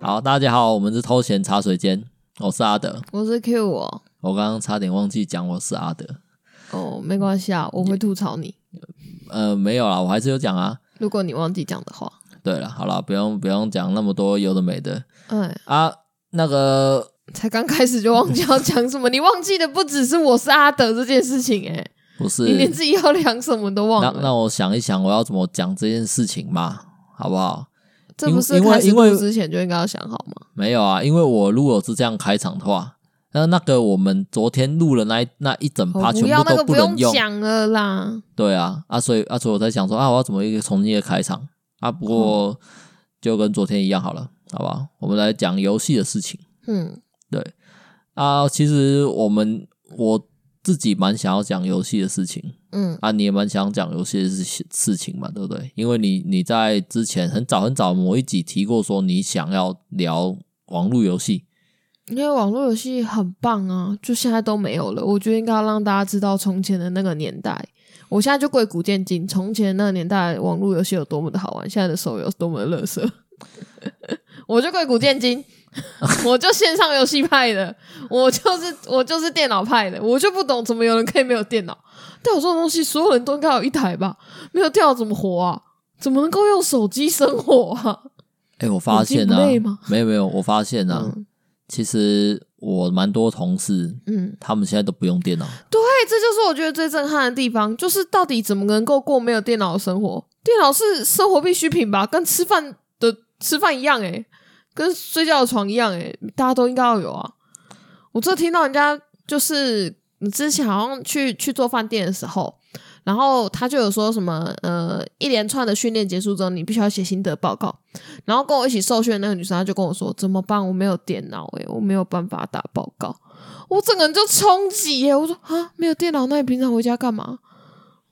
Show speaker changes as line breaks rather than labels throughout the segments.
好，大家好，我们是偷闲茶水间，我是阿德。
我是 Q 哦，
我刚刚差点忘记讲我是阿德，
哦，没关系啊，我会吐槽你，
呃，没有啦，我还是有讲啊。
如果你忘记讲的话。
对了，好了，不用不用讲那么多有的没的
哎，
啊。那个
才刚开始就忘记要讲什么，你忘记的不只是我是阿德这件事情、哎，
不
你连
是，
自己要讲什么都忘
那
了。
那我想一想，我要怎么讲这件事情嘛，好不好？
这不是
因为
开始
因为
录之前就应该要想好吗？
没有啊，因为我如果是这样开场的话，呃那那个我们昨天录了那一那一整趴
哦、
全
要
部都
那个不
能
用
用，
讲了啦。
对啊，啊，所以啊，所以我在想说啊，我要怎么一个重新的开场啊？不
嗯
过就跟昨天一样好了，好不好？我们来讲游戏的事情
嗯，
啊。其实我们我自己蛮想要讲游戏的事情
嗯，
啊，你也蛮想讲游戏的事事情嘛，对不对？因为你你在之前很早很早某一集提过说你想要聊网络游戏，
因为网络游戏很棒啊，就现在都没有了。我觉得应该要让大家知道从前的那个年代。我现在就贵古见今，从前那个年代网络游戏有多么的好玩，现在的手游有多么的垃圾。 我就贵古见今， 我就线上游戏派的，我就是我就是电脑派的，我就不懂怎么有人可以没有电脑。但我这种东西，所有人都应该有一台吧？没有电脑怎么活啊？怎么能够用手机生活啊？
哎、我发现啊
耳机不累吗，
没有没有，我发现啊，
嗯
其实我蛮多同事，
嗯，
他们现在都不用电脑。
对，这就是我觉得最震撼的地方，就是到底怎么能够过没有电脑的生活？电脑是生活必需品吧，跟吃饭的吃饭一样诶、跟睡觉的床一样诶、大家都应该要有啊。我这听到人家就是你之前好像去去做饭店的时候，然后他就有说什么呃，一连串的训练结束之后，你必须要写心得报告。然后跟我一起受训的那个女生，她就跟我说：“怎么办？我没有电脑诶、我没有办法打报告。”我整个人就冲击耶！我说啊，没有电脑，那你平常回家干嘛？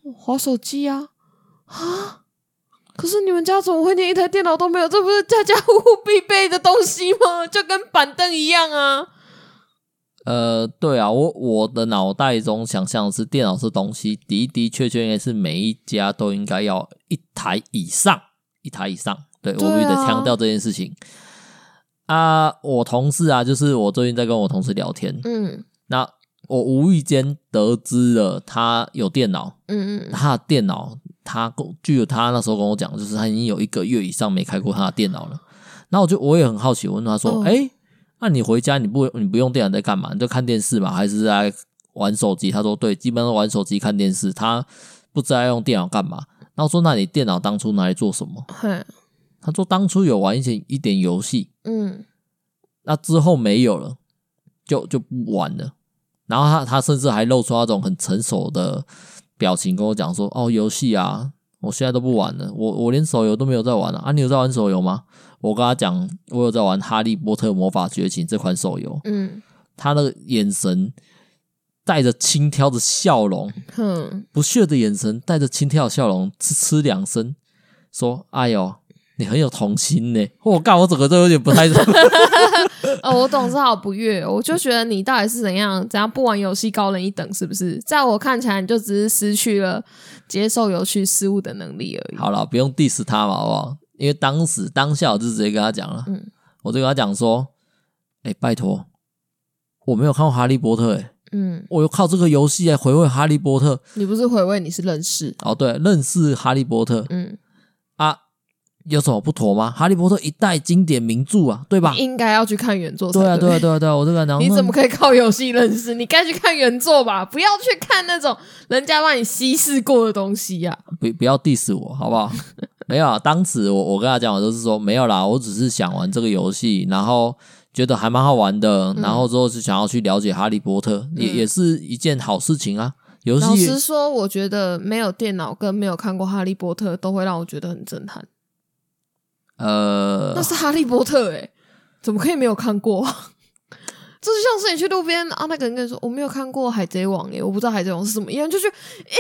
我划手机啊啊！可是你们家怎么会连一台电脑都没有？这不是家家户户必备的东西吗？就跟板凳一样啊！
呃，对啊，我我的脑袋中想象的是电脑这东西的的确确应该是每一家都应该要一台以上，一台以上。对
对啊
我必须得强调这件事情啊。我同事啊，就是我最近在跟我同事聊天，
嗯
那我无意间得知了他有电脑，
嗯嗯，
他的电脑，他跟据他那时候跟我讲，就是他已经有一个月以上没开过他的电脑了。然后我就我也很好奇，我问他说：“
嗯
哎、那、你回家你不你不用电脑在干嘛？你就看电视嘛，还是在玩手机？”他说：“对，基本上玩手机看电视，他不知道用电脑干嘛。”然后我说：“那你电脑当初拿来做什么
嘿，？”
他说：“当初有玩一些一点游戏，
嗯
那之后没有了，就就不玩了。然后他他甚至还露出那种很成熟的表情跟我讲说：“哦，游戏啊，我现在都不玩了，我我连手游都没有在玩了啊。你有在玩手游吗？”我跟他讲，我有在玩《哈利波特魔法觉醒》这款手游。
嗯
他那个眼神带着轻佻的笑容，
哼，
不屑的眼神带着轻佻的笑容，嗤嗤两声，说：“哎呦，你很有童心呢。哦我干，我整个都有点不太懂。
哦，我懂，这好不悦哦。我就觉得你到底是怎样怎样不玩游戏高人一等，是不是？在我看起来，你就只是失去了接受有趣事物的能力而已。
好了，不用 diss 他嘛，好不好？因为当时当下我就直接跟他讲了，
嗯
我就跟他讲说，哎、拜托，我没有看过《哈利波特、欸》，
嗯，
我又靠这个游戏来回味《哈利波特》。
你不是回味，你是认识。
哦，对，认识《哈利波特》
嗯。
啊，有什么不妥吗？《哈利波特》一代经典名著啊，对吧
你？应该要去看原作才
对啊，
对
对啊，对啊，对啊，我就跟他讲，
你怎么
那
可以靠游戏认识？你该去看原作吧，不要去看那种人家帮你稀释过的东西呀、
不不要 diss 我，好不 好？没有啊，当时我我跟他讲，我就是说没有啦，我只是想玩这个游戏，然后觉得还蛮好玩
嗯
的，然后之后是想要去了解哈利波特，也也是一件好事情啊。游
老
戏
实说，我觉得没有电脑跟没有看过《哈利波特》都会让我觉得很震撼。
呃
那，是《哈利波特、欸》哎，怎么可以没有看过？ 这就像是你去路边啊，那个人跟你说我没有看过《海贼王》哎，我不知道《海贼王》是什么一样，就去诶。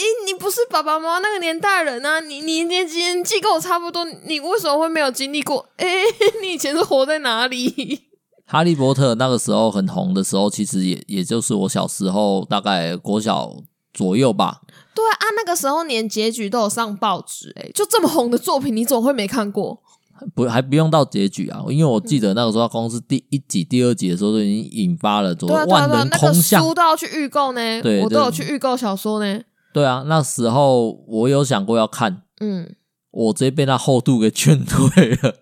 你你不是爸爸妈妈那个年代人啊，你你年纪年纪跟我差不多，你为什么会没有经历过？诶， 你以前是活在哪里？
哈利波特那个时候很红的时候，其实也也就是我小时候大概国小左右吧。
对欸啊，那个时候连结局都有上报纸，哎，就这么红的作品，你怎么会没看过？
不还不用到结局啊，因为我记得那个时候光是第一集、第二集的时候就已经引发了所
对
谓
啊对啊
万
对啊，
人
那
空
个
巷。
书都要去预购呢，
对
我
对
都有去预购小说呢。
对啊，那时候我有想过要看，
嗯，
我直接被那厚度给劝退了，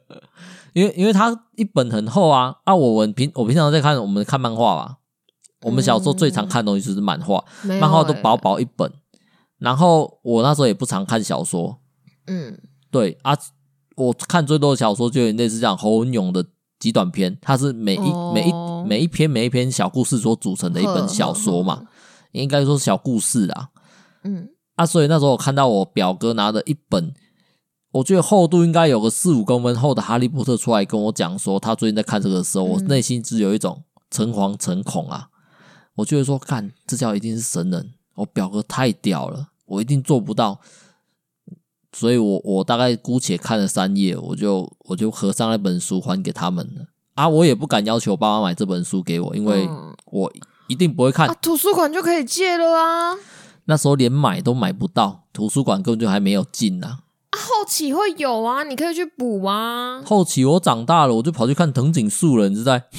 因为因为它一本很厚啊。啊，我们平我平常在看我们看漫画吧，我们小时候最常看的东西就是漫画，
没有
漫画都
欸
薄。薄一本。然后我那时候也不常看小说，
嗯
对啊，我看最多的小说就有点类似这样侯文勇的极短篇，它是每一、
哦
每一每一篇每一篇小故事所组成的一本小说
呵
嘛，应该说小故事啦。
嗯，
啊，所以那时候我看到我表哥拿着一本，我觉得厚度应该有个四五公分厚的《哈利波特》出来跟我讲说他最近在看这个的时候，我
嗯
内心只有一种诚惶诚恐啊！我就会说，干，这叫一定是神人，我表哥太屌了，我一定做不到。所以我我大概姑且看了三页，我就我就合上那本书还给他们了啊！我也不敢要求我爸妈买这本书给我，因为
嗯
我一定不会看
啊，。图书馆就可以借了啊。啊，
那时候连买都买不到，图书馆根本就还没有进啊呐、
后期会有啊，你可以去补啊。
后期我长大了，我就跑去看藤井树了，你知道？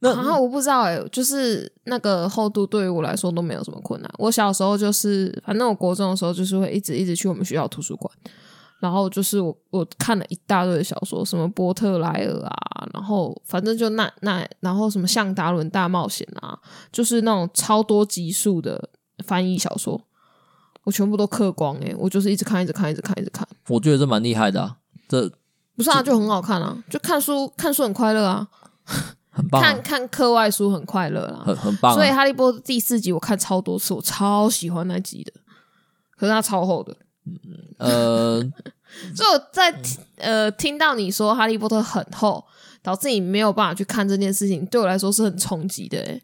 那
然后我不知道哎、就是那个厚度对于我来说都没有什么困难。我小时候就是，反正我国中的时候就是会一直一直去我们学校图书馆，然后就是我我看了一大堆的小说，什么波特莱尔啊，然后反正就那那然后什么向达伦大冒险啊，就是那种超多集数的翻译小说，我全部都嗑光哎、我就是一直看一直看一直看一直看，
我觉得这蛮厉害的、啊，这
不是啊，就很好看啊，就看书看书很快乐啊，
很棒、
看
啊，
看课外书很快乐啦，
很很棒、
所以《
啊。
哈利波特》第四集我看超多次，我超喜欢那集的，可是它超厚的。
呃，
所以我在
嗯
听呃听到你说《哈利波特》很厚，导致你没有办法去看这件事情，对我来说是很冲击的、欸。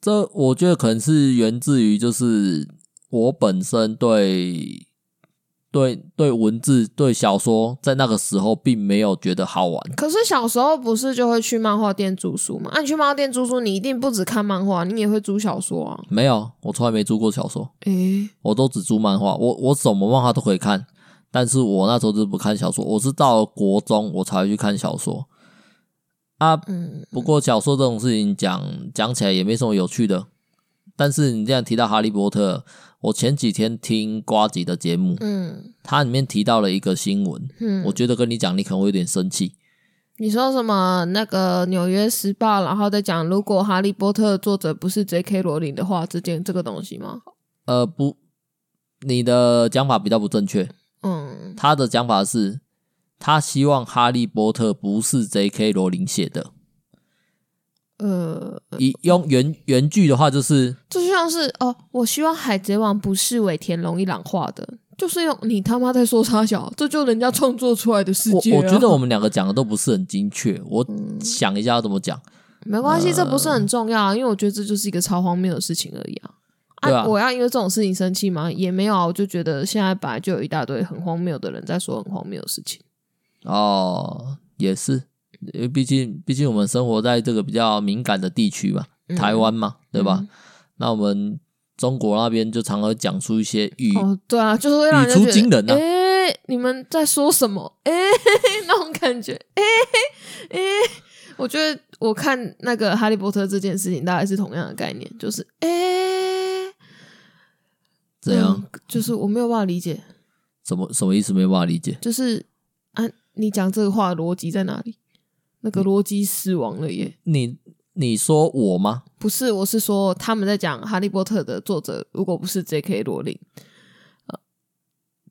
这我觉得可能是源自于就是我本身对对对文字对小说在那个时候并没有觉得好玩，
可是小时候不是就会去漫画店租书吗？啊，你去漫画店租书，你一定不只看漫画，你也会租小说啊。
没有，我从来没租过小说，
诶、
我都只租漫画，我我什么漫画都可以看，但是我那时候就是不看小说，我是到国中我才会去看小说啊。
嗯，
不过小说这种事情讲讲起来也没什么有趣的。但是你这样提到《哈利波特》，我前几天听瓜吉的节目，
嗯
它里面提到了一个新闻，
嗯，
我觉得跟你讲，你可能会有点生气。
你说什么？那个《纽约时报》，然后再讲如果《哈利波特》作者不是 J.K. 罗琳的话，这件这个东西吗？
呃，不，你的讲法比较不正确。
嗯，
他的讲法是，他希望《哈利波特》不是 J.K. 罗琳写的。
呃，
以用原原句的话，就是
这就像是哦，我希望《海贼王》不是尾田荣一郎画的，就是用你他妈在说傻小，这就人家创作出来的世界、啊
我我觉得我们两个讲的都不是很精确。我
嗯
想一下要怎么讲。
没关系，这不是很
呃
重要啊，因为我觉得这就是一个超荒谬的事情而已啊。
对啊
我要因为这种事情生气吗？也没有啊，我就觉得现在本来就有一大堆很荒谬的人在说很荒谬的事情。嗯
哦，也是，因为毕竟毕竟我们生活在这个比较敏感的地区嘛，
嗯
台湾嘛，对吧？
嗯
那我们中国那边就常常讲出一些语，
哦，对啊，就是会让人家
语出
觉得
惊人啊
诶你们在说什么？ 哎、那种感觉，哎、哎、我觉得我看那个《哈利波特》这件事情，大概是同样的概念，就是哎、诶
怎样？
嗯就是我没有办法理解，
什么什么意思？没有办法理解。
就是啊，你讲这个话的逻辑在哪里？
嗯
那个逻辑死亡了耶！
你你说我吗？
不是，我是说他们在讲《哈利波特》的作者，如果不是 J.K. 罗琳，呃，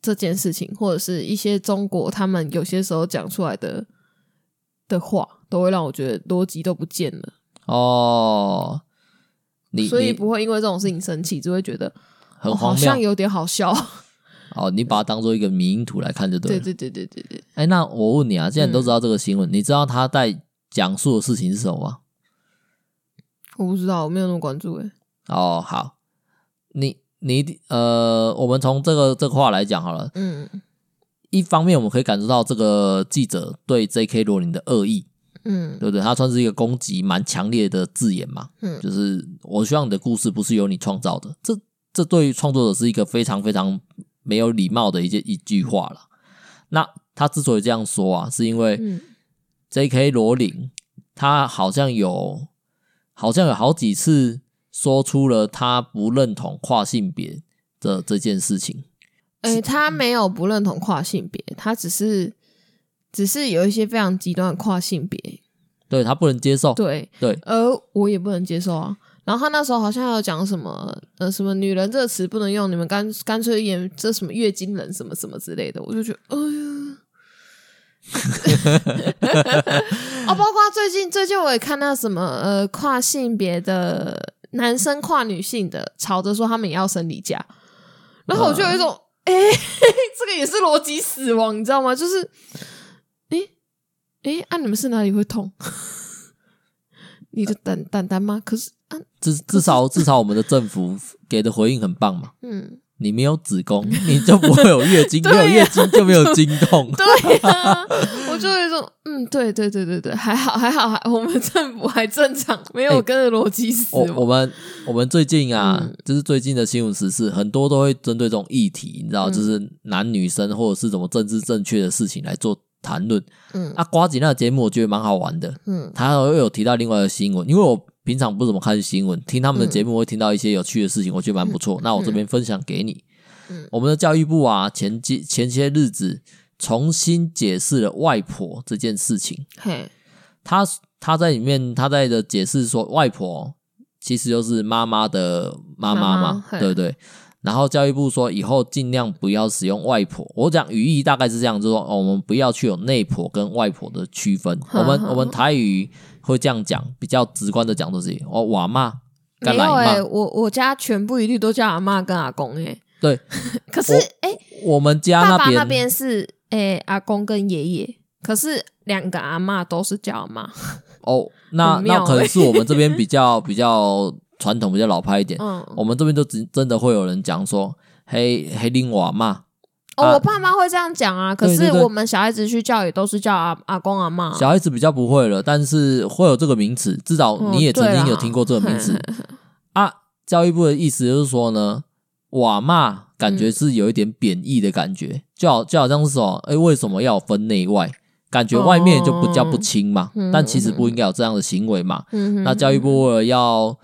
这件事情，或者是一些中国他们有些时候讲出来的的话，都会让我觉得逻辑都不见了，
哦，你
所以
你
不会因为这种事情生气，只会觉得
很
哦好
荒
像
谬
有点好笑。
哦，你把它当做一个迷因图来看 就对
对
了。
对对对对对，
哎，那我问你啊，既然你都
嗯
知道这个新闻，你知道他在讲述的事情是什么吗？
我不知道，我没有那么关注欸诶。
哦，好，你你一定呃，我们从这个这个话来讲好了。
嗯
一方面，我们可以感受到这个记者对 J.K. 罗琳的恶意，
嗯
对不对？他算是一个攻击蛮强烈的字眼嘛，
嗯
就是我希望你的故事不是由你创造的，这这对于创作者是一个非常非常没有礼貌的一件一句话了。那他之所以这样说啊，是因为
嗯
J.K. 罗琳他好像有好像有好几次说出了他不认同跨性别的这件事情。
诶、他没有不认同跨性别，他只是只是有一些非常极端的跨性别，
对他不能接受，
对
对
而我也不能接受啊。然后他那时候好像还有讲什么呃什么“女人”这个词不能用，你们干干脆演这什么月经人什么什么之类的，我就觉得，哎呀。哦，包括最近最近我也看到什么呃跨性别的男生跨女性的吵着说他们也要生理假，然后我就有一种哎、这个也是逻辑死亡，你知道吗？就是哎哎，诶啊你们是哪里会痛？ 你的胆胆胆吗？可是啊
至至少至少我们的政府给的回应很棒嘛。
嗯。
你没有子宫，你就不会有月经，没
对呀啊
有月经就没有经痛。
对呀、我就有一种，嗯，对对对对对，还好还好，还我们政府还正常，没有跟着逻辑死
哎我哦我
亡。
们我们最近啊，
嗯
就是最近的新闻时事，很多都会针对这种议题，你知道，
嗯
就是男女生或者是什么政治正确的事情来做谈论。
嗯
啊，瓜子那个节目我觉得蛮好玩的，
嗯
他又有提到另外一个新闻，因为我平常不怎么看新闻，听他们的
嗯
节目会听到一些有趣的事情，我觉得蛮不错。那我这边分享给你，
嗯
我们的教育部啊，前几前些日子重新解释了外婆这件事情。
嘿，
他他在里面他在的解释说，外婆其实就是妈妈的妈妈
妈妈
嘛，
嘿
对不对？然后教育部说，以后尽量不要使用外婆。我讲语义大概是这样，就是说、哦、我们不要去有内婆跟外婆的区分。
哼
我们
哼
我们台语会这样讲，比较直观的讲就是哦瓦妈跟
没
奶
有哎、
妈。
我我家全部一律都叫阿妈跟阿公哎、
对，
可是
我
哎、
我们家
爸
那
爸
边
那边是哎、阿公跟爷爷，可是两个阿妈都是叫阿妈。
哦，那
很妙
那可能
欸
是我们这 边比较比较传统，比较老派一点。
嗯，
我们这边就真真的会有人讲说，黑黑林瓦妈。啊
哦，我爸妈会这样讲啊，可
对
是
对对
我们小孩子去叫也都是叫阿阿公阿妈。
小孩子比较不会了，但是会有这个名词，至少
哦
你也曾
对
经
啦
有听过这个名词
嘿、嘿嘿
啊。教育部的意思就是说呢，瓦骂感觉是有一点贬义的感觉，就好就好像是说，哎、为什么要分内外？感觉外面就不叫不亲嘛，
嗯
但其实不应该有这样的行为嘛。
嗯哼
那教育部为了要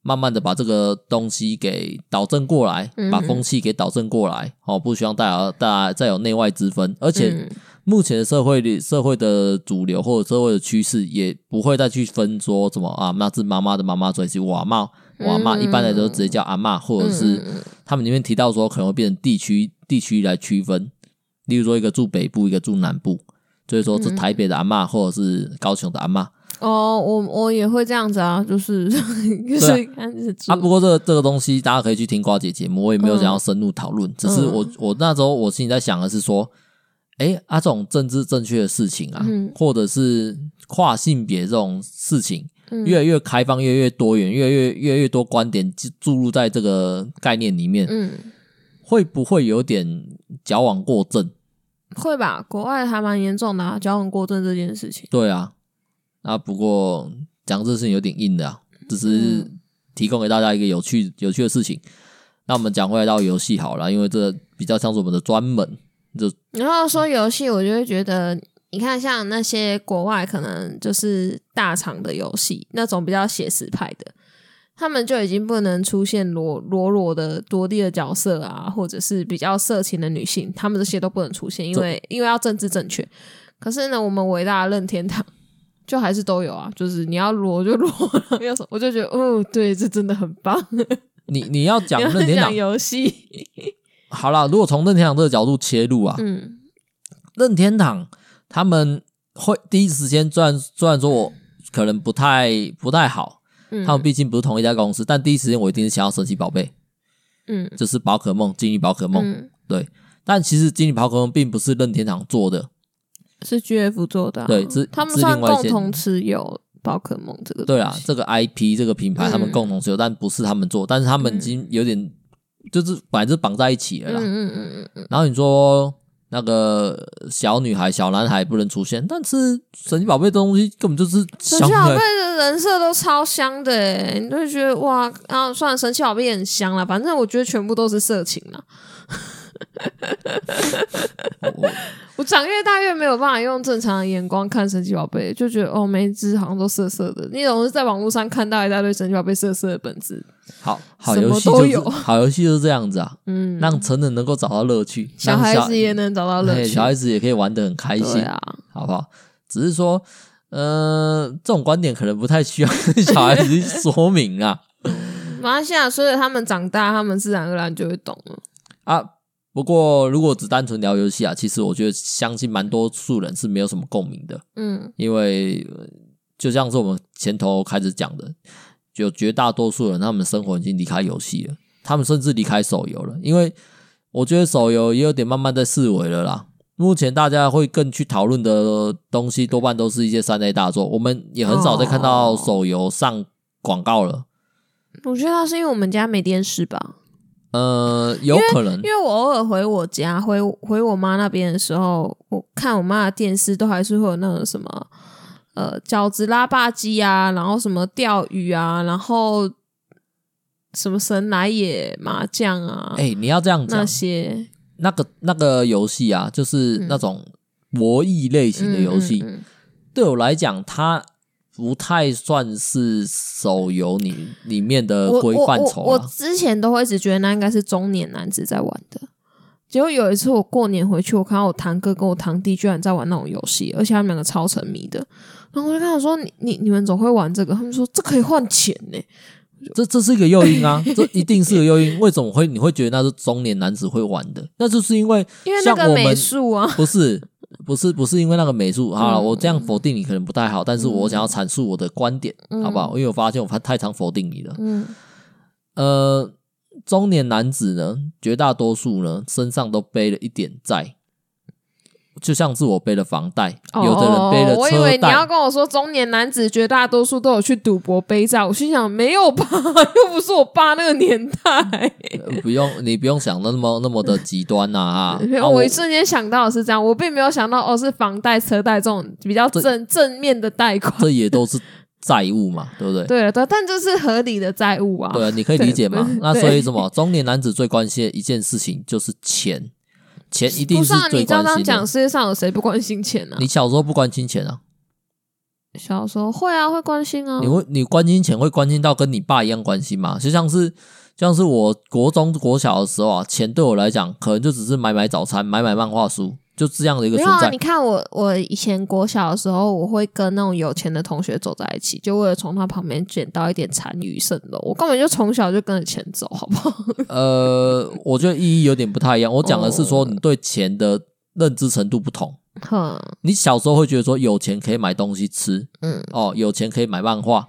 慢慢的把这个东西给导正过来，
嗯
把风气给导正过来，哦，不希望大家大家再有内外之分，而且
嗯
目前的社会里，社会的主流或者社会的趋势，也不会再去分说什么啊，那是妈妈的妈妈，所以是我妈，我妈
嗯
一般来都直接叫阿妈，或者是
嗯
他们里面提到说可能会变成地区地区来区分，例如说一个住北部，一个住南部，所以
嗯
说是台北的阿妈，或者是高雄的阿妈。
哦，我我也会这样子啊，就是就是看是嗯猪
啊，不过这个这个东西大家可以去听瓜姐节目，我也没有想要深入讨论，只是
嗯
我我那时候我心里在想的是说，诶，啊这种政治正确的事情啊，
嗯
或者是跨性别这种事情，
嗯
越来越开放，越来越多元，越来越越来越多观点注注入在这个概念里面，
嗯
会不会有点矫枉过正？
会吧，国外还蛮严重的啊，交往过正这件事情。
对啊，啊不过讲这事情有点硬的啊，只是
嗯
提供给大家一个有趣有趣的事情。那我们讲回来到游戏好了，因为这比较像是我们的专门。
然后说游戏，我就会觉得，你看像那些国外可能就是大厂的游戏，那种比较写实派的，他们就已经不能出现裸裸裸的多地的角色啊，或者是比较色情的女性，他们这些都不能出现，因为因为要政治正确。可是呢，我们伟大的任天堂。就还是都有啊，就是你要裸就裸， 要什么我就觉得哦，对，这真的很棒。
你你要讲任
你
天
要
堂
讲，游戏，
好啦，如果从任天堂这个角度切入啊，
嗯
任天堂他们会第一时间，虽然虽然说我可能不太不太好，
嗯，
他们毕竟不是同一家公司，但第一时间我一定是想要神奇宝贝，
嗯
就是宝可梦，金鱼宝可梦。
嗯
但其实金鱼宝可梦并不是任天堂做的，
是 GF 做的啊、
对是
他们
是
算
另外一
共
间
同持有宝可梦这个东
对啊
西，
这个 IP 这个品牌他们
嗯
共同持有，但不是他们做，但是他们已经有点、就是本来就绑在一起了
嗯
啦。
嗯嗯嗯嗯，
然后你说那个小女孩、小男孩不能出现，但是神奇宝贝这东西根本就是小
神奇
女
宝
孩
贝的人设都超香的欸，你就会觉得哇啊，算了，神奇宝贝也很香啦，反正我觉得全部都是色情啦。
我
我长越大越没有办法用正常的眼光看神奇宝贝，就觉得哦，每一只好像都色色的。你总是在网络上看到一大堆神奇宝贝色色的本质，
好好
什么
游戏
都
就是
有
好游戏就是这样子啊，
嗯，
让成人能够找到乐趣，
小
让
孩子也能找到乐
嘿
趣，
小孩子也可以玩的很开
对
心，
啊，
好不好？只是说，呃，这种观点可能不太需要 跟小孩子去说明啊
马来西亚随着他们长大，他们自然而然就会懂了。
啊。不过，如果只单纯聊游戏啊，其实我觉得相信蛮多数人是没有什么共鸣的，
嗯，
因为呃就像是我们前头开始讲的，就绝大多数人他们生活已经离开游戏了，他们甚至离开手游了，因为我觉得手游也有点慢慢在式微了啦。目前大家会更去讨论的东西，多半都是一些三 A 大作，我们也很少再看到
哦
手游上广告了。
我觉得那是因为我们家没电视吧，
呃，有可能
因，为我偶尔回我家，回回我妈那边的时候，我看我妈的电视都还是会有那种什么呃饺子拉霸机啊，然后什么钓鱼啊，然后什么神来也麻将啊、
哎、你要这样
那
讲，
些
那个那个游戏啊，就是那种博弈类型的游戏，
嗯嗯嗯嗯
对我来讲，它不太算是手游里里面的
我
规
我
范畴
我我
啊。
之前都会一直觉得那应该是中年男子在玩的。结果有一次我过年回去，我看到我堂哥跟我堂弟居然在玩那种游戏，而且他们两个超沉迷的。然后我就跟他说：“你你你们总会玩这个？”他们说：“这可以换钱呢、
这这是一个诱因 啊，这一定是个诱因。为什么会你会觉得那是中年男子会玩的？那就是因为
因为那
像
个
我
美
们
术啊，
不是不是不是因为那个美术啊，
嗯
我这样否定你可能不太好，但是我想要阐述我的观点，
嗯
好不好？因为我发现我太常否定你了。
嗯，
呃，中年男子呢，绝大多数呢身上都背了一点债，就像是我背了房贷，有的人背了车贷。
哦我以为你要跟我说中年男子绝大多数都有去赌博背债，我心想没有吧， 又不是我爸那个年代。
呃不用，你不用想的那么那么的极端呐 啊！
没有
啊
我一瞬间想到的是这样，我并没有想到哦是房贷、车贷这种比较
这
正正面的贷款。
这也都是债务嘛，对不对？
对了，对，但这是合理的债务啊。
对啊，你可以理解嘛
对。
那
对
所以什么？中年男子最关心的一件事情就是钱，钱一定
不
是
是啊，
最
你照
关
这样
心
讲，
的。
世界上有谁不关心钱啊？
你小时候不关心钱啊？
小时候会啊，会关心啊
你。会你关心钱会关心到跟你爸一样关心吗？就像是就像是我国中国小的时候啊，钱对我来讲可能就只是买买早餐、买买漫画书，就这样的一个
没
存
有啊，
在
你。看我，我以前国小的时候，我会跟那种有钱的同学走在一起，就为了从他旁边捡到一点残余剩的。我根本就从小就跟着钱走，好不 好？
呃，我觉得意义有点不太一样。我讲的是说
哦
你对钱的认知程度不同。
哼，
你小时候会觉得说有钱可以买东西吃，
嗯，
哦，有钱可以买漫画，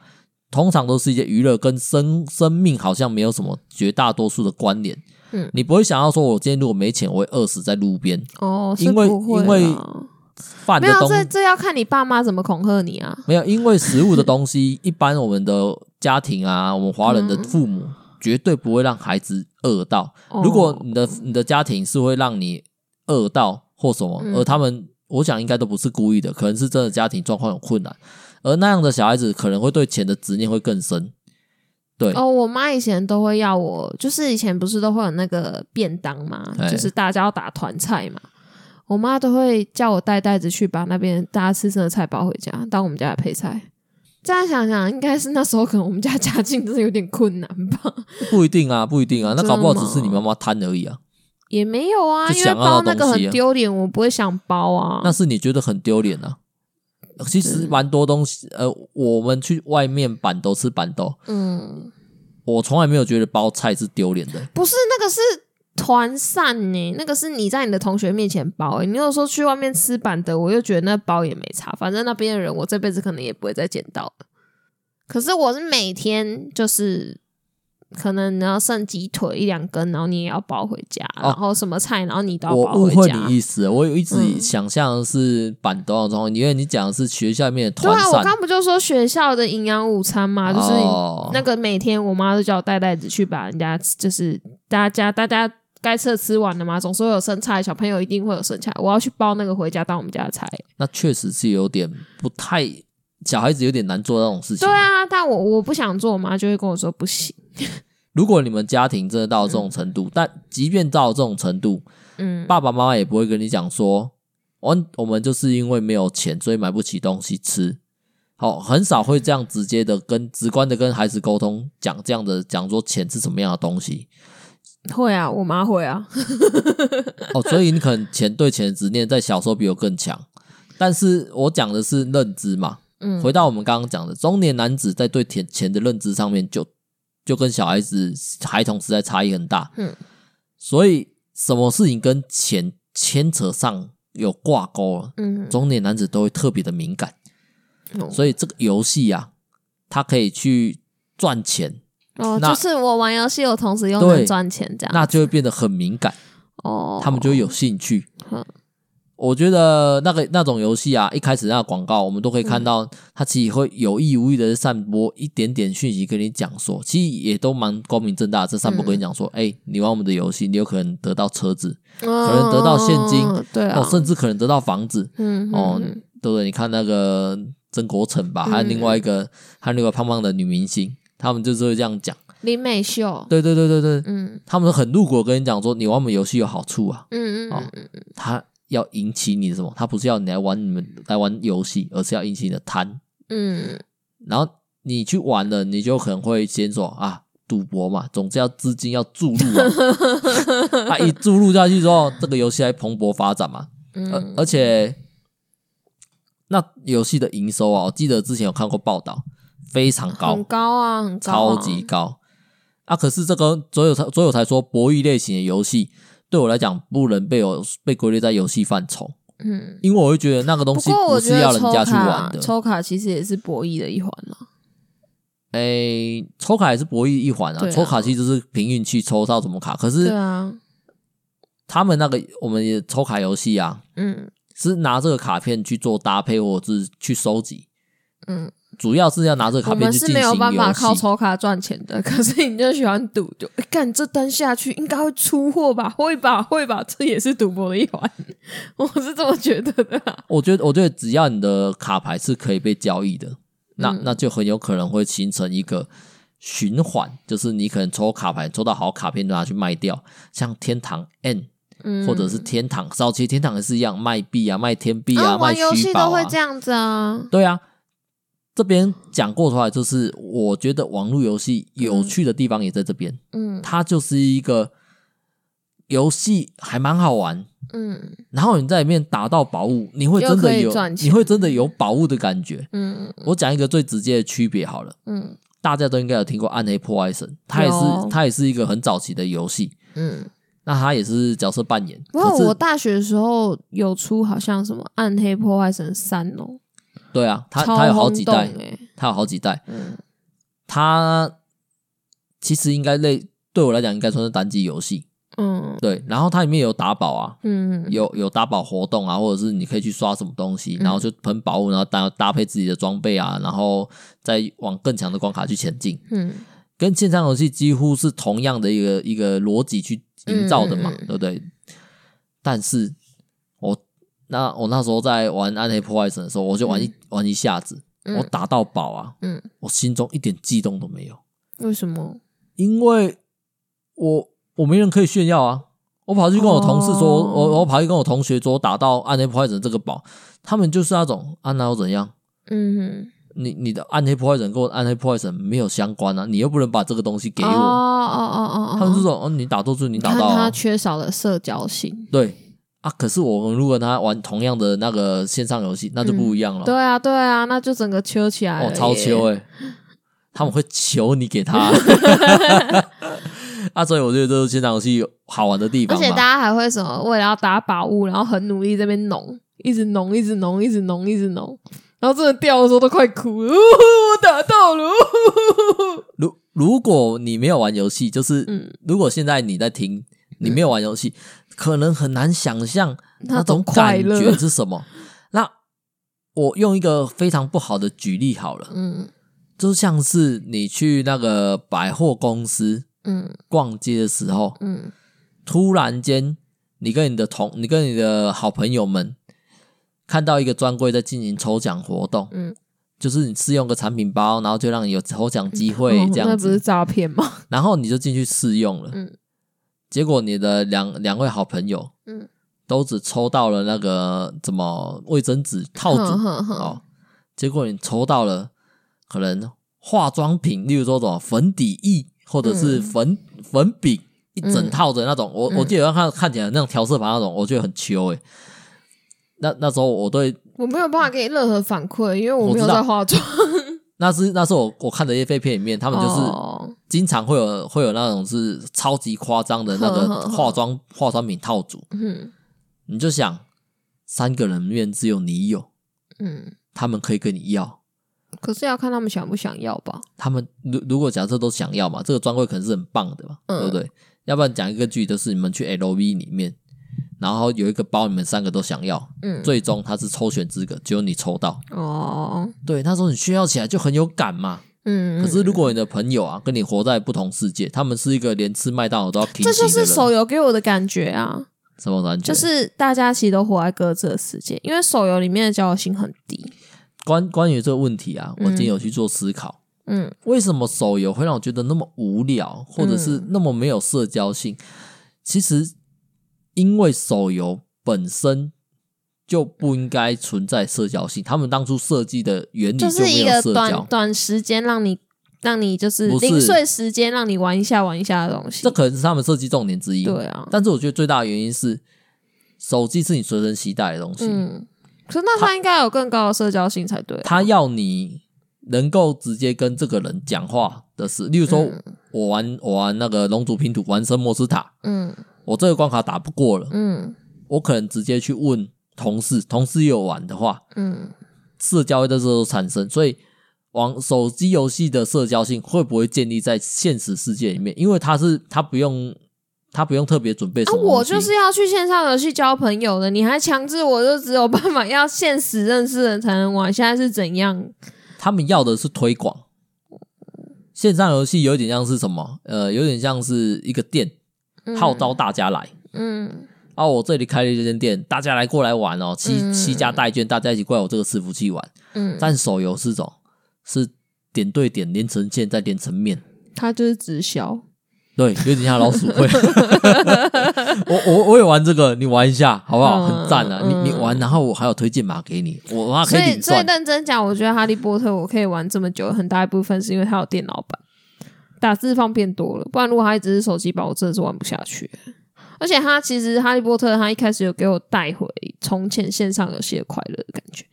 通常都是一些娱乐跟生生命好像没有什么绝大多数的关联。
嗯
你不会想要说我今天如果没钱，我会饿死在路边，
哦，是
因为
不会
因为
啦
饭
没
的
有啊
东
这这要看你爸妈怎么恐吓你啊。
没有，因为食物的东西，一般我们的家庭啊，我们华人的父母绝对不会让孩子饿到。
嗯哦
如果你的你的家庭是会让你饿到或什么，
嗯
而他们我想应该都不是故意的，可能是真的家庭状况有困难，而那样的小孩子可能会对钱的执念会更深。对，
哦，我妈以前都会要我，就是以前不是都会有那个便当嘛，
哎
就是大家要打团菜嘛，我妈都会叫我带袋子去把那边大家吃剩的菜包回家，当我们家的配菜。这样想想，应该是那时候可能我们家家境真的有点困难吧？
不一定啊，不一定啊，那
真
搞
的
不好
吗
只是你妈妈贪而已啊，
也没有啊，
就
因为
想要
包
的
那个
东西啊
很丢脸，我不会想包啊。
那是你觉得很丢脸啊。其实蛮多东西，呃，我们去外面板豆吃板豆，
嗯，
我从来没有觉得包菜是丢脸的。
不是那个是团扇呢、欸那个是你在你的同学面前包、欸。你有时候去外面吃板的，我又觉得那包也没差，反正那边的人我这辈子可能也不会再见到了。可是我是每天就是。可能你要剩鸡腿一两根，然后你也要包回家，
哦
然后什么菜，然后你都要
我
包
误
回
会
家。
你意思了，我有一直
嗯
想象的是板豆那种，因为你讲的是学校里面的
对
团
啊，我
扇，
刚不就说学校的营养午餐嘛，就是
哦
那个每天我妈都叫我带袋子去把人家就是大家大家该吃的吃完了嘛，总是会有剩菜，小朋友一定会有剩菜，我要去包那个回家当我们家的菜。
那确实是有点不太，小孩子有点难做那种事情。
啊对，啊，但我我不想做，我妈就会跟我说不行。
如果你们家庭真的到这种程度，但即便到这种程度，
嗯，
爸爸妈妈也不会跟你讲说，我我们就是因为没有钱，所以买不起东西吃。好，很少会这样直接的跟直观的跟孩子沟通，讲这样的讲说钱是什么样的东西。
会啊，我妈会啊，
哦，所以你可能钱对钱的执念在小时候比我更强，但是我讲的是认知嘛。
嗯，
回到我们刚刚讲的，中年男子在对钱钱的认知上面就就跟小孩子孩童时代差异很大。
嗯，
所以什么事情跟钱牵扯上有挂钩了，
嗯，
中年男子都会特别的敏感。
哦
所以这个游戏啊，它可以去赚钱，
哦，
那
就是我玩游戏，我同时又
对
能赚钱这样，
那就会变得很敏感。
哦，
他们就会有兴趣
嗯。
我觉得那个那种游戏啊，一开始那个广告，我们都可以
嗯
看到，它其实会有意无意的散播一点点讯息跟你讲说，其实也都蛮光明正大的，这散播
嗯
跟你讲说，哎、你玩我们的游戏，你有可能得到车子，
可
能得到现金
对啊，
哦，甚至可能得到房子，
嗯嗯
哦
嗯，
对不对？你看那个曾国城吧，还有另外一个，还有另外胖胖的女明星，他们就是会这样讲，
林美秀，
对对对对对，
嗯
他们很露骨地跟你讲说，你玩我们游戏有好处啊，
嗯嗯
哦
嗯
他要引起你的什么？他不是要你来玩你们来玩游戏，而是要引起你的贪。哦
嗯
然后你去玩了，你就可能会先说啊，赌博嘛，总之要资金要注入啊。啊， 一注入下去之后，这个游戏还蓬勃发展嘛。
嗯
而、
嗯，
而且，那游戏的营收啊，我记得之前有看过报道，非常高，
很高啊，很高啊，
超级高。啊，可是这个所有才所有才说博弈类型的游戏，对我来讲不能被我被归类在游戏范畴。
嗯。
因为我会觉得那个东
不
西
过我觉
是
得
要人
抽
家去
卡
玩，的。
抽卡其实也是博弈的一环啦。
诶、哎抽卡也是博弈一环啊，
对啊
抽卡其实就是凭运气抽到什么卡。可
对
是
啊，
他们那个我们也抽卡游戏啊，
嗯
是拿这个卡片去做搭配，或者是去收集，
嗯，
主要是要拿这个卡
我
片
们
去
是
进
没
行
有办法
游
靠
戏。
抽卡赚钱的， 可是你就喜欢赌，就哎干这单下去应该会出货吧？会吧？会吧？这也是赌博的一环， 我是这么觉得的啊、
我觉得，我觉得只要你的卡牌是可以被交易的，那
嗯
那就很有可能会形成一个循环，就是你可能抽卡牌抽到好卡片，拿去卖掉，像天堂 N
嗯，
或者是天堂，早期天堂也是一样卖币啊，卖天币啊，卖
玩游
虚
戏
宝
都
啊
会。这样子啊。
对啊，这边讲过头来，就是我觉得网络游戏有趣的地方也在这边，
嗯
它就是一个游戏还蛮好玩，
嗯
然后你在里面打到宝物，你会真
又可
的
以
有，
赚钱
你会真的有宝物的感觉。
嗯
我讲一个最直接的区别好了，
嗯
大家都应该有听过《暗黑破坏神》，它也
有
是它也是一个很早期的游戏，
嗯。
那它也是角色扮演，
不过
可是
我大学的时候有出好像什么《暗黑破坏神三》哦，
对啊，它
超
它有好几代
轰，动欸
它有好几代，
嗯
它其实应该类对我来讲应该算是单机游戏，
嗯
对。然后它里面有打宝啊，
嗯
有有打宝活动啊，或者是你可以去刷什么东西，然后就喷宝物，然后搭搭配自己的装备啊，然后再往更强的关卡去前进，
嗯
跟线上游戏几乎是同样的一个一个逻辑去营造的嘛，
嗯嗯嗯
对不对？但是我那我那时候在玩《暗黑破坏神》的时候，我就玩一、玩一下子，
嗯
我打到宝啊，
嗯，
我心中一点悸动都没有。
为什么？
因为我我没人可以炫耀啊。我跑去跟我同事说，
哦
我我跑去跟我同学说，打到暗黑破坏神这个宝，他们就是那种啊，那又怎样？
嗯，
你你的暗黑破坏神跟我的暗黑破坏神没有相关啊，你又不能把这个东西给我。
哦哦哦哦，
他们就
说
说哦，你打斗就你打
看
到、
他
啊，
缺少了社交性。
对啊。可是我们如果跟他玩同样的那个线上游戏，那就不一样了。
对啊，对啊，那就整个揪起来了
哦，
耶
超秋哎、他们会求你给 他。 啊，所以我觉得这是线上游戏有好玩的地
而
方嘛。
且大家还会什么，为了要打宝物，然后很努力这边弄，一直弄，一直弄，一直弄，一直弄，然后真的掉的时候都快哭了，呜呼我打到了，呜呼
如如果你没有玩游戏，就是、
嗯
如果现在你在听，你没有玩游戏，可能很难想象
那
种
种
感
快乐
觉是什么。
嗯
那我用一个非常不好的举例好了，
嗯
就像是你去那个百货公司
嗯
逛街的时候，
嗯
突然间你跟你的同你跟你的好朋友们看到一个专柜在进行抽奖活动，
嗯
就是你试用个产品包，然后就让你有抽奖机会
哦
这样
那不
子
是，诈骗吗？
然后你就进去试用了。
嗯
结果你的两两位好朋友
嗯，
都只抽到了那个怎么卫生纸套组
嗯哼哼哼
哦，结果你抽到了可能化妆品，例如说什么粉底液或者是
嗯
粉、粉饼一整套的那种，我我
嗯
记得看看起来那种调色盘那种，我觉得很秋诶、那那时候我对
我没有办法给你任何反馈，因为我没
我
有
知道
在化妆。
那是那是我我看的叶废片里面，他们就是
哦
经常会有会有那种是超级夸张的那
呵呵
个
呵
化妆化妆品套组，
嗯
你就想三个人里面只有你有，
嗯，
他们可以跟你要，
可是要看他们想不想要吧。
他们如如果假设都想要嘛，这个专柜可能是很棒的嘛，
嗯
对不对？要不然讲一个剧，就是你们去 LV 里面，然后有一个包，你们三个都想要，
嗯，
最终它是抽选资格，只有你抽到。
哦，
对，那时候你炫耀起来啊就很有感嘛。
嗯，
可是如果你的朋友啊，跟你活在不同世界，他们是一个连吃麦当劳都要平
这
行
就
的
是
人，
手游给我的感觉啊，
什么感觉？
就是大家其实都活在各自的世界，因为手游里面的交友性很低。
关关于这个问题啊，我
嗯
今天有去做思考。
嗯
为什么手游会让我觉得那么无聊，或者
嗯
是那么没有社交性？其实，因为手游本身就不应该存在社交性，他们当初设计的原理
就是
没
一
有
个
社
短
交。
短时间让你让你就是
不是
零碎时间让你玩一下玩一下的东西
这。可能是他们设计重点之一。
对啊，
但是我觉得最大的原因是，手机是你随身携带的东西，
嗯，可是那他应该有更高的社交性才对啊。
他要你能够直接跟这个人讲话的事。例如说，
嗯
我玩我玩那个龙族拼图，玩圣莫斯塔，
嗯
我这个关卡打不过了。
嗯
我可能直接去问同事，同事有玩的话，
嗯，
社交会在这时候产生，所以网手机游戏的社交性会不会建立在现实世界里面？因为它是它不用它不用特别准备什
啊，
么、
我就是。要去线上游戏交朋友的，你还强制我，就只有办法要现实认识人才能玩。现在是怎样？
他们要的是推广。线上游戏有点像是什么？呃，有点像是一个店
嗯
号召大家来、
嗯
啊！我这里开了这间店，大家来过来玩哦，七、
嗯
七家带券，大家一起过来我这个伺服器玩。
嗯，
但手游是种是点对点连成线再连成面，
他就是直销。
对，有点像老鼠会。 我我我也玩这个，你玩一下好不好？
嗯
很赞啊！你你玩，然后我还有推荐码给你，我我还可
所以
领
所以
钻。
认真讲，我觉得《哈利波特》我可以玩这么久，很大一部分是因为它有电脑版，打字方便多了。不然如果它只是手机版，我真的是玩不下去。而且它其实《哈利波特》它一开始有给我带回从前线上游戏的快乐的感觉，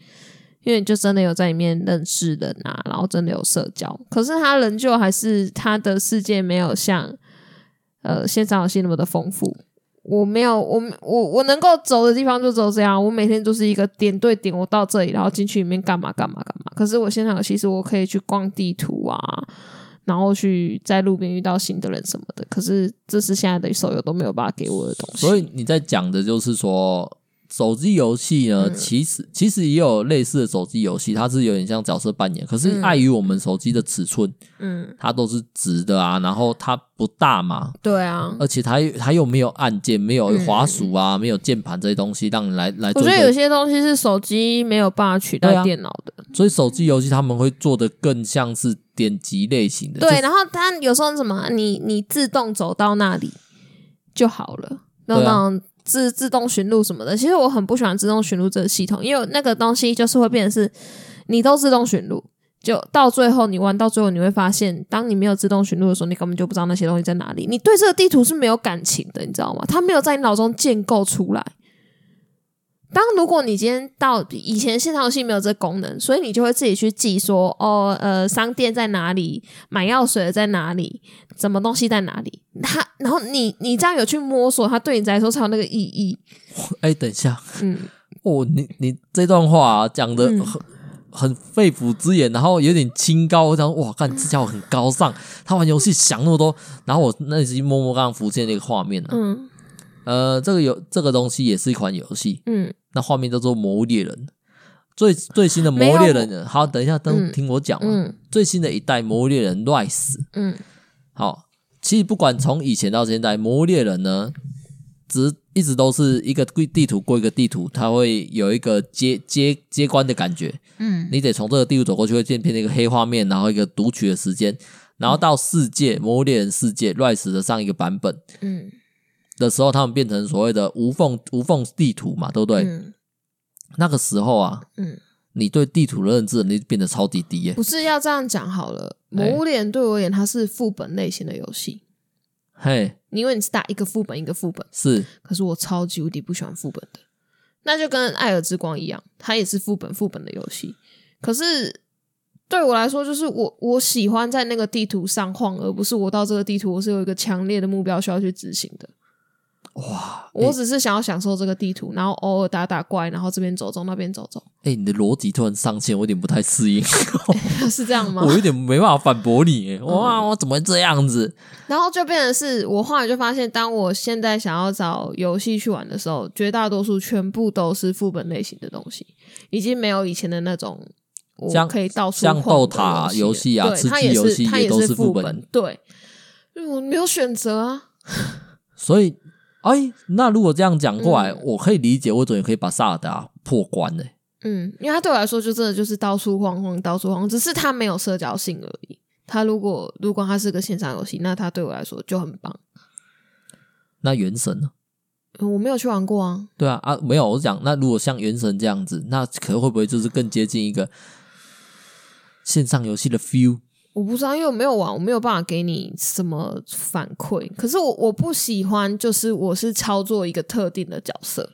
因为你就真的有在里面认识人啊，然后真的有社交。可是它仍旧还是它的世界没有像呃线上游戏那么的丰富。我没有，我我我能够走的地方就走这样。我每天就是一个点对点，我到这里，然后进去里面干嘛干嘛干嘛。可是我现场其实我可以去逛地图啊，然后去在路边遇到新的人什么的。可是这是现在的手游都没有办法给我的东西。
所以你在讲的就是说，手机游戏
嗯
呢，其实其实也有类似的手机游戏，它是有点像角色扮演，可是
嗯
碍于我们手机的尺寸，
嗯，
它都是直的啊，然后它不大嘛，
对啊，
而且它它又没有按键，没有
嗯
滑鼠啊，没有键盘这些东西，让你来来
我
做一
觉
个。
得有些东西是手机没有办法取
对
代
啊
电脑的。
所以手机游戏他们会做的更像是点击类型的，
对，
就是
然后它有时候什么，啊你你自动走到那里就好了，那种
对啊
那种自自动寻路什么的。其实我很不喜欢自动寻路这个系统，因为那个东西就是会变成是你都自动寻路，就到最后你玩到最后你会发现，当你没有自动寻路的时候，你根本就不知道那些东西在哪里，你对这个地图是没有感情的，你知道吗？它没有在你脑中建构出来。当如果你今天到以前线上游戏没有这功能，所以你就会自己去记说，哦，呃，商店在哪里，买药水的在哪里，什么东西在哪里，它，然后你你这样有去摸索，它对你来说才有那个意义。
哎、等一下，
嗯，
哦，你你这段话、啊、讲的很、
嗯
很肺腑之言，然后有点清高，我想哇，干这家伙很高尚，他玩游戏想那么多，然后我内心默默刚刚浮现那个画面呢、
嗯
呃，这个游这个东西也是一款游戏，
嗯，
那画面叫做《魔物猎人》。最最新的《魔
没有
物猎人》，好，等一下，等
嗯
听我讲嘛。
嗯
最新的一代《魔物猎人 Rise》，
嗯
好，其实不管从以前到现在，《魔物猎人》呢，直一直都是一个地地图过一个地图，它会有一个接接接关的感觉。
嗯，
你得从这个地图走过去，会变变成一个黑画面，然后一个读取的时间，然后到世界《魔物猎人世界》Rise 的上一个版本
嗯，
的时候，他们变成所谓的无缝无缝地图嘛，对不对？
嗯
那个时候啊，
嗯，
你对地图的认知能力变得超级低耶、
不是要这样讲好了，《魔物猎人》对我而言，它是副本类型的游戏，
嘿，
因为你是打一个副本一个副本，
是
可是我超级无敌不喜欢副本的，那就跟《艾尔之光》一样，它也是副本副本的游戏。可是对我来说，就是我我喜欢在那个地图上晃，而不是我到这个地图我是有一个强烈的目标需要去执行的。
哇，
我只是想要享受这个地图，然后偶尔打打怪，然后这边走走那边走 走，
哎、你的逻辑突然上线，我有点不太适应，
是这样吗？
我有点没办法反驳你耶、哇，
嗯
我怎么会这样子？
然后就变成是我后来就发现，当我现在想要找游戏去玩的时候，绝大多数全部都是副本类型的东西，已经没有以前的那种我
像
可以到处
像
晃的
斗塔
游
游戏啊
了
吃
对，它
鸡
也
游
是
戏
它
也
也
都
是
是
副
副本
对，嗯因为我没有选择啊，
所以，哎，那如果这样讲过来，
嗯
我可以理解为什么可以把萨尔达破关呢、
嗯，因为它对我来说就真的就是到处晃晃，到处晃，只是它没有社交性而已。它如果如果它是个线上游戏，那它对我来说就很棒。
那原神呢？
嗯我没有去玩过啊，
对啊，啊，没有，我讲那如果像原神这样子，那可会不会就是更接近一个线上游戏的 feel？
我不知道，因为我没有玩，我没有办法给你什么反馈。可是我我不喜欢，就是我是操作一个特定的角色，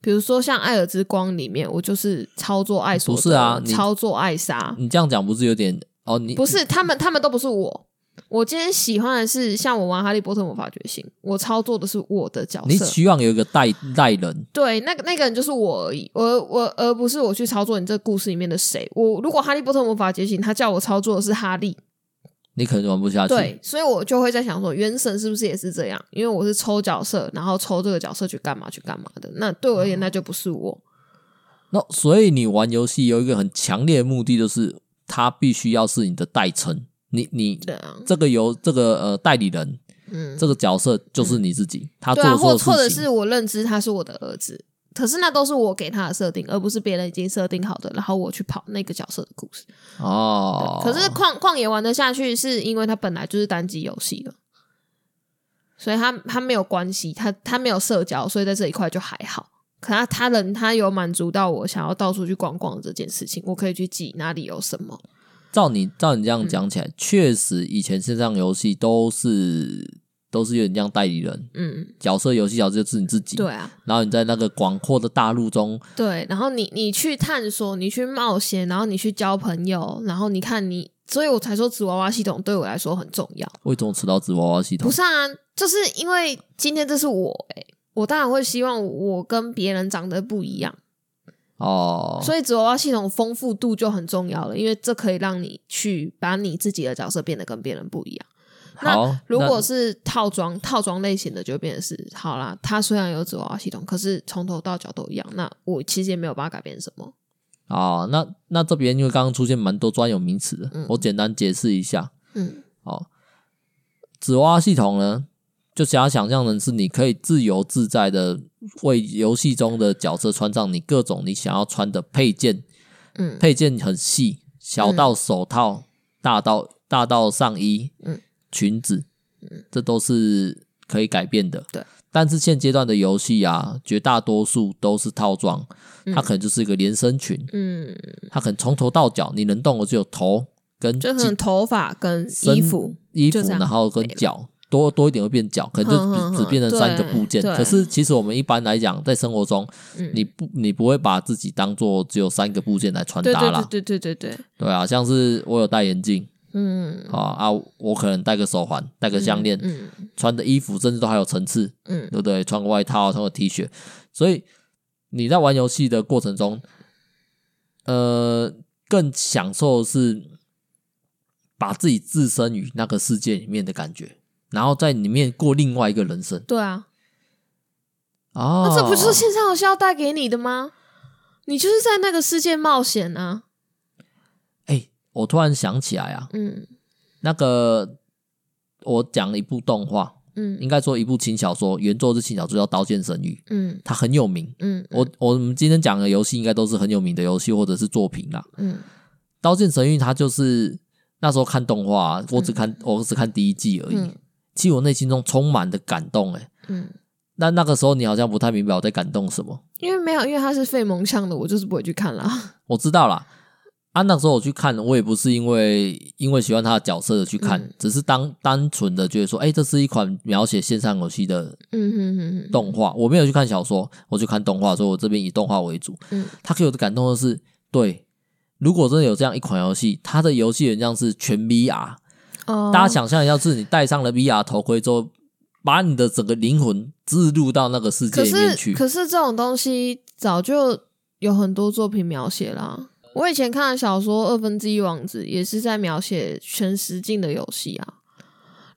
比如说像《艾尔之光》里面，我就是操作艾索德，
不是啊你
操作艾莎，
你这样讲不是有点哦？你
不是他们，他们都不是我。我今天喜欢的是，像我玩《哈利波特魔法觉醒》，我操作的是我的角
你
色，
希望有一个代代人，
对，那个那个人就是我而已，而我而不是我去操作你这故事里面的谁。我如果《哈利波特魔法觉醒》他叫我操作的是哈利，
你可能玩不下去。
对，所以我就会在想说，原神是不是也是这样？因为我是抽角色，然后抽这个角色去干嘛去干嘛的。那对我而
哦
言，那就不是我。
那所以你玩游戏有一个很强烈的目的，就是它必须要是你的代称，你你
对啊，
这个由这个呃代理人
嗯，
这个角色就是你自己，他
对
做
啊，
的
或
所
或
有
者
事情
是。我认知他是我的儿子，可是那都是我给他的设定，而不是别人已经设定好的，然后我去跑那个角色的故事。
哦，
可是旷旷野玩得下去，是因为它本来就是单机游戏了。所以它它没有关系，它它没有社交，所以在这一块就还好。可他他人他有满足到我想要到处去逛逛的这件事情，我可以去记哪里有什么。
照你照你这
嗯
样讲起来，确实以前线上游戏都是都是有点像代理人
嗯，
角色，游戏角色就是你自己，
对啊，
然后你在那个广阔的大陆中，
对。然后你你去探索，你去冒险，然后你去交朋友，然后你看你，所以我才说纸娃娃系统对我来说很重要。
为什么吃到纸娃娃系统
不？是啊，就是因为今天这是我、欸，我当然会希望我跟别人长得不一样。
哦，
所以纸娃娃系统丰富度就很重要了，因为这可以让你去把你自己的角色变得跟别人不一样。
好，
如
那
果是套装套装类型的，就变成是好啦。它虽然有纸娃娃系统，可是从头到脚都一样。那我其实也没有办法改变什么。
哦，那那这边因为刚刚出现蛮多专有名词的，
嗯
我简单解释一下。
嗯
哦，纸娃娃系统呢，就想想象成是你可以自由自在的为游戏中的角色穿上你各种你想要穿的配件，
嗯
配件很细，小到手套，大到大到上衣，
嗯，
裙子，嗯，这都是可以改变的。
对，
但是现阶段的游戏啊，绝大多数都是套装，
嗯
它可能就是一个连身裙，
嗯，
它可能从头到脚你能动的只有头跟
就可
颈
能头发跟
身
衣服，
衣
就
服
这，样
然后跟
没了
脚多多一点会变脚，可能就
哼
只
哼
只
哼
变成三个
对
部件。
对
可是其实我们一般来讲，在生活中，
嗯
你不你不会把自己当做只有三个部件来穿
对
搭
对
啦，
对对对对对，
对啊，像是我有戴眼镜
嗯
啊啊，我可能戴个手环，戴个项链，
嗯
穿的衣服甚至都还有层次，
嗯
对不对？穿个外套，穿个 T 恤，所以你在玩游戏的过程中，呃，更享受的是把自己置身于那个世界里面的感觉，然后在里面过另外一个人生
对啊，
哦，
那、这不就是线上游戏要带给你的吗？你就是在那个世界冒险啊，
哎、我突然想起来啊，
嗯
那个我讲了一部动画，
嗯
应该说一部轻小说，原作是轻小说叫《刀剑神域》，
嗯
它很有名。
嗯
我我们今天讲的游戏应该都是很有名的游戏或者是作品啦。
嗯
《刀剑神域》它就是那时候看动画啊、我只看、我只看第一季而已，
嗯
其实我内心中充满的感动、欸。
嗯，
那那个时候你好像不太明白我在感动什么，
因为没有，因为它是费蒙向的，我就是不会去看啦。
我知道啦。啊，那时候我去看，我也不是因为因为喜欢他的角色而去看，
嗯
只是当单纯的觉得说，哎、这是一款描写线上游戏的
嗯哼哼哼，
动画，我没有去看小说，我去看动画，所以我这边以动画为主。
嗯
他给我的感动的是，对，如果真的有这样一款游戏，它的游戏原像是全 VR，、
哦，
大家想象一下，是你戴上了 VR 头盔之后，把你的整个灵魂置入到那个世界
可
里面
是
去。
可是这种东西早就有很多作品描写啦。我以前看的小说《二分之一王子》也是在描写全实境的游戏啊，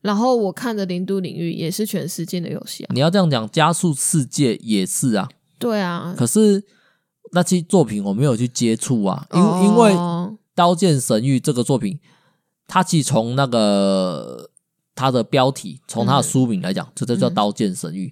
然后我看的《零度领域》也是全实境的游戏啊。
你要这样讲，加速世界也是啊，
对啊，
可是那期作品我没有去接触啊，因、
哦
因为《刀剑神域》这个作品，它其实从那个它的标题，从它的书名来讲，这就叫《
嗯
刀剑神域》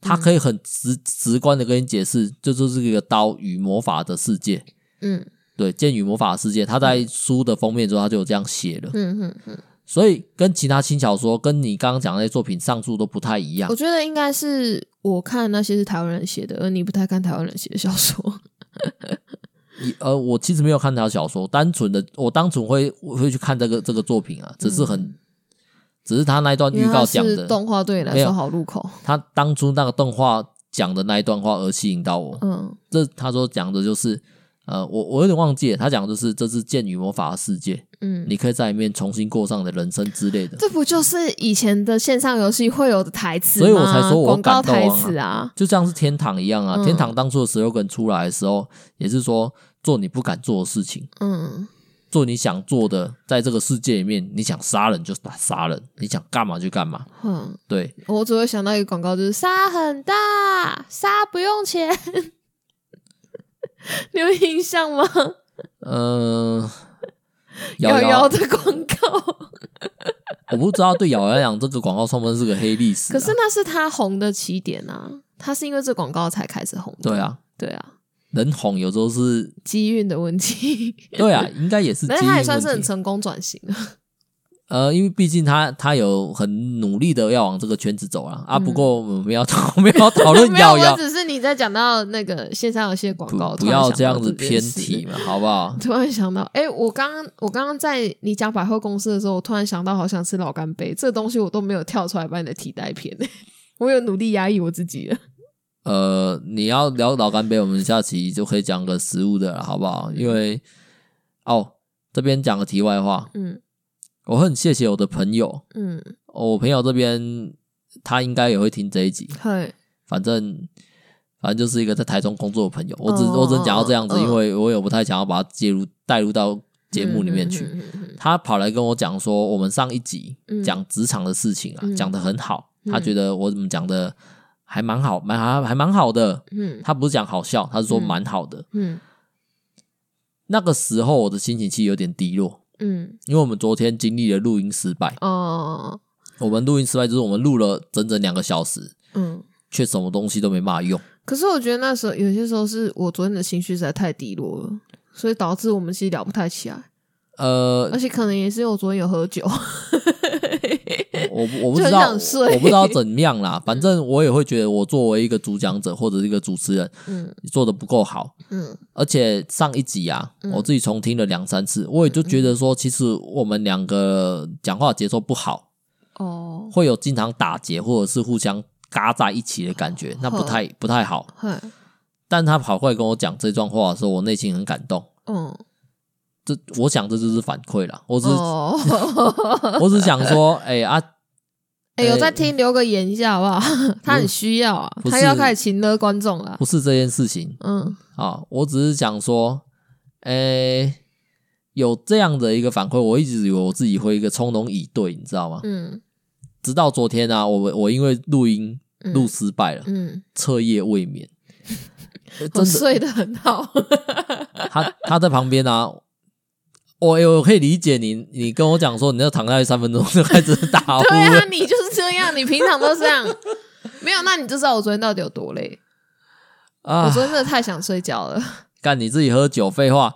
它可以很直直观的跟你解释，这就是一个刀与魔法的世界，
嗯
对，剑与魔法的世界。它在书的封面之后，它就有这样写了，
嗯嗯嗯，
所以跟其他轻小说，跟你刚刚讲的那些作品上述都不太一样
我。觉得应该是我看那些是台湾人写的，而你不太看台湾人写的小说。
一呃，我其实没有看他的小说，单纯的我单纯会我会去看这个这个作品啊，只是很，只是他那一段
嗯因
预
为它
告讲
是
的，
动画对你来
没有
说好入口，
他当初那个动画讲的那一段话而吸引到我。
嗯
这他说讲的就是，呃，我我有点忘记了，他讲的就是这是剑与魔法的世界，
嗯，
你可以在里面重新过上你的人生之类的。
这不就是以前的线上游戏会有的台词吗？
所以我才说我
广告
感动啊
台词啊，
就像是天堂一样啊，
嗯
天堂当初的 slogan 出来的时候，也是说做你不敢做的事情，
嗯
做你想做的，在这个世界里面，你想杀人就杀杀人，你想干嘛就干嘛。
哼，
对，
我只会想到一个广告，就是杀很大，杀不用钱， 你有印象吗？
嗯、
瑶
瑶啊
瑶的广告，
我不知道对瑶瑶来讲这个广告算不算 是个黑历史、啊？
可是那是他红的起点啊，他是因为这广告才开始红的。
对，啊，
对啊，
人红有时候是，
机运的问题，
对 啊，应该也是基
但是
因
他也算是
问
很
题。
成功转型了。
呃，因为毕竟他他有很努力的要往这个圈子走了啊。
嗯
不过我们要我们要讨 论
没有，
瑶瑶
我，只是你在讲到那个线上游戏的广告，
不
突
不
然
要
想
这样
到
子
件
偏
事
题嘛，好不好？
突然想到，哎、我刚刚我刚刚在你讲百货公司的时候，我突然想到，好想吃老干杯，这个东西我都没有跳出来把你的替代片，我有努力压抑我自己了。
呃，你要聊老干杯，我们下期就可以讲个食物的了，好不好？因为哦，这边讲个题外话，
嗯
我很谢谢我的朋友，
嗯，
哦我朋友这边他应该也会听这一集，
嘿，
反正反正就是一个在台中工作的朋友，我只、
哦
我只能讲到这样子，
嗯
因为我也不太想要把他介入带入到节目里面去。
嗯嗯嗯
他跑来跟我讲说，我们上一集
嗯
讲职场的事情啊，
嗯
讲的很好，
嗯
他觉得我怎么讲的还蛮好，蛮还还蛮好的。
嗯
他不是讲好笑，他是说
嗯
蛮好的。
嗯
那个时候我的心情其实有点低落，
嗯
因为我们昨天经历了录音失败。
哦
我们录音失败就是我们录了整整两个小时，
嗯，
却什么东西都没办法用。
可是我觉得那时候有些时候是我昨天的情绪实在太低落了，所以导致我们其实聊不太起来，
呃
而，且可能也是因为我昨天有喝酒。
我不我不知
就很
道，
想睡
我不知道怎样啦。反正我也会觉得，我作为一个主讲者或者是一个主持人，
嗯
做的不够好。
嗯
而且上一集啊，
嗯
我自己重听了两三次，我也就觉得说，其实我们两个讲话节奏不好，
哦，
会有经常打结或者是互相嘎在一起的感
哦
觉，那不太不太好。
嘿，
但他跑过来跟我讲这段话的时候，我内心很感动。
嗯
这我想这就是反馈啦，我只、
哦。
我只想说，哎、啊，
哎、
呃
有在听，留个言一下好不好？他很需要啊，
不
他
是
又要开始请了观众了
不。是这件事情，
嗯
啊，我只是想说，诶、有这样的一个反馈，我一直以为我自己会一个从容以对，你知道吗？
嗯
直到昨天啊，我我因为录音
嗯
录失败了，
嗯，
彻夜未 眠。呃
我
真的，
睡得很好。
他他在旁边啊，啊我、欸我可以理解你，你跟我讲说你要躺下去三分钟就开始打呼
对
了
啊，你就是这样，你平常都这样。 没有，那你就知道我昨天到底有多累。我
啊！
昨天真的太想睡觉了 啊！
干你自己喝酒，废话，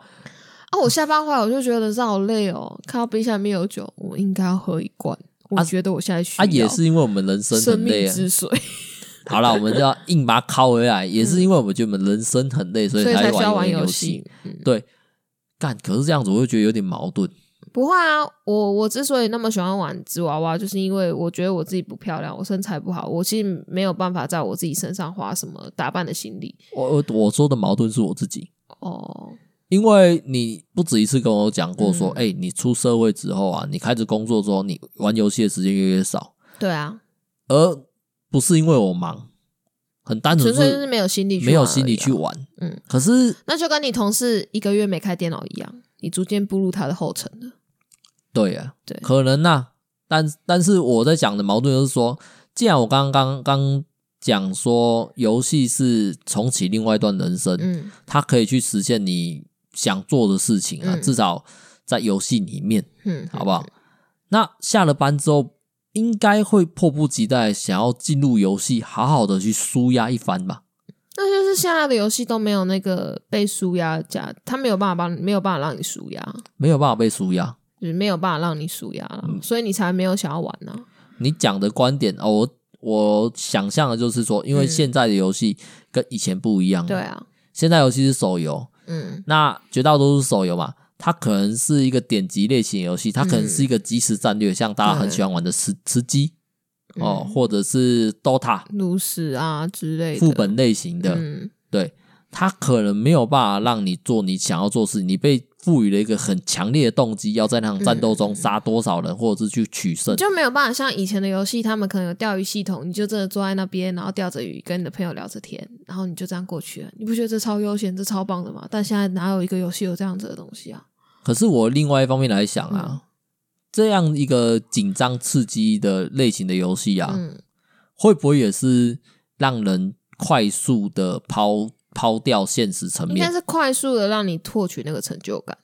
我下班回来我就觉得人生好累哦，看到冰箱里面有酒，我应该要喝一罐。我觉得我现在需
啊
要。
也是因为我们人生
生
很累
命
啊。
之水，
好了，我们就要硬把它拷回来，也是因为我们觉得我们人生很累，所
所以
才
才需要玩
游
游戏。。嗯
对，干，可是这样子我就觉得有点矛盾。
不会啊，我我之所以那么喜欢玩纸娃娃，就是因为我觉得我自己不漂亮，我身材不好，我其实没有办法在我自己身上花什么打扮的心力。
我我我说的矛盾是我自己，
哦，
因为你不止一次跟我讲过说，
嗯
哎、你出社会之后啊，你开始工作之后，你玩游戏的时间越来越少，
对啊，
而不是因为我忙，很单
纯
纯
粹就是
嗯是
没有心力去、
没有心理去。玩。
啊嗯，
可是
那就跟你同事一个月没开电脑一样，你逐渐步入他的后尘了。
对啊，
对
可能呐、但但是我在讲的矛盾就是说，既然我刚刚刚讲说游戏是重启另外一段人生，
嗯
它可以去实现你想做的事情啊，
嗯
至少在游戏里面，
嗯，
好不好？那下了班之后，应该会迫不及待想要进入游戏，好好的去舒压一番吧。
那就是现在的游戏都没有那个被输压加，他没有办法帮你，没有办法让你输压，
没有办法被舒压，
就是没有办法让你输压了，
嗯
所以你才没有想要玩呢、
你讲的观点哦，我我想象的就是说，因为
嗯
现在的游戏跟以前不一样，
对，啊，
现在游戏是手游，
嗯
那绝大多数手游嘛，它可能是一个点击类型游戏，它可能
嗯
是一个即时战略，像大家很喜欢玩的吃吃鸡哦，或者是 DOTA
炉石啊之嗯类的
副本类型的，
嗯
对，它可能没有办法让你做你想要做的事情，你被赋予了一个很强烈的动机，要在那场
嗯
战斗中杀多少人，或者是去取胜
你。就没有办法像以前的游戏，他们可能有钓鱼系统，你就真的坐在那边，然后钓着鱼，跟你的朋友聊着天，然后你就这样过去了。你不觉得这超悠闲，这超棒的吗？但现在哪有一个游戏有这样子的东西啊？
可是我另外一方面来想啊，
嗯
这样一个紧张刺激的类型的游戏啊，
嗯，
会不会也是让人快速的抛抛掉现实层
应该
面
是快速的让你获取那个成就感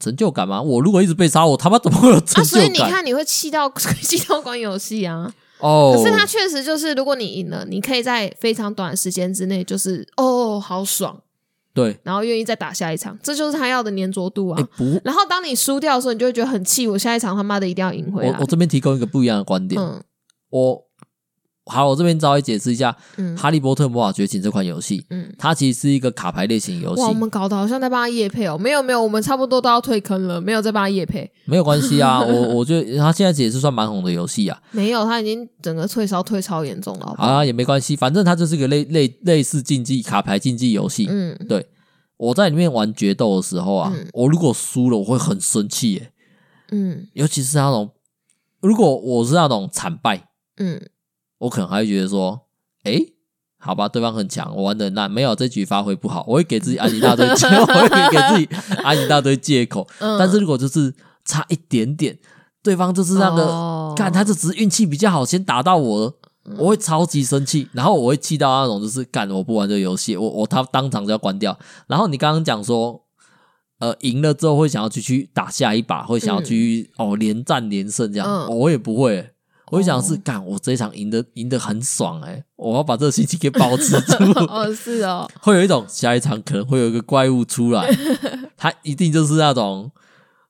成就感吗？我如果一直被杀，我他妈怎么会有成就
啊，所以你
感？
看你会气到 气到关游戏啊。
哦，
可是它确实就是，如果你赢了，你可以在非常短的时间之内，就是哦好爽，
对，
然后愿意再打下一场，这就是他要的粘着度啊。
哎、不，
然后当你输掉的时候，你就会觉得很气，我下一场他妈的一定要赢回
我
来
我。这边提供一个不一样的观点，
嗯
我好，我这边稍微解释一下《
嗯
哈利波特魔法觉醒》这款游戏，
嗯，
它其实是一个卡牌类型游戏
哇，我，们搞得好像在帮他夜配哦，没有没有，我们差不多都要退坑了，没有在帮他夜配，
没有关系 啊，我我觉得它现在也是算蛮红的游戏啊，
没有，他已经整个退烧退超严重了。好不好
啊也没关系，反正它就是个类类类似竞技卡牌竞技游戏，
嗯，
对，我在里面玩决斗的时候啊，
嗯
我如果输了，我会很生气耶，
嗯
尤其是那种如果我是那种惨败，
嗯
我可能还会觉得说，诶，好吧，对方很强，我玩的烂，没有这局发挥不好，我会给自己安一大 堆 借，我会给自己安一大堆借口。
嗯，
但是如果就是差一点点，对方就是那个，
哦嗯
看、他就只是运气比较好，先打到我了。我会超级生气，然后我会气到那种就是干我不玩这个游戏，我我他当场就要关掉。然后你刚刚讲说，呃，赢了之后会想要去去打下一把，会想要去、哦连战连胜这样，哦
嗯
我也不会、我会想是
哦
干、我这一场赢得赢得很爽哎、我要把这个心情给保持住，
哦是哦，
会有一种下一场可能会有一个怪物出 来，它一定就是那种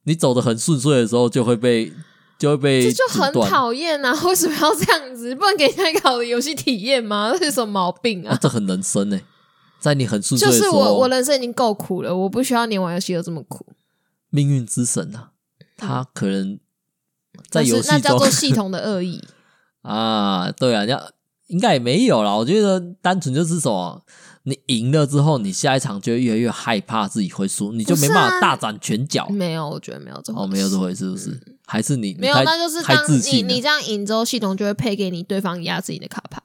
你走的很顺遂的时候就会被就会 被
这就很
阻断
讨厌啊！为什么要这样子？不能给人家一个好的游戏体验吗？这是什么毛病
啊
啊，？
这很人生呢、在你很顺遂
就
的时
是
候，
我，我人生已经够苦了，我不需要连玩游戏都这么苦。
命运之神啊，他可能在
但是
游戏
那叫
中
做系统的 恶意。
啊，对啊，人家应该也没有啦。我觉得单纯就是什么，你赢了之后，你下一场就会越来越害怕自己会输，你就
啊
没办法大展拳脚。
没有，我觉得没有这回事
哦，没有这回事，是不是？还是你你
没有，
太
那就是
太
当
自
你
信了
你这样赢之后，系统就会配给你对方压制你的卡牌。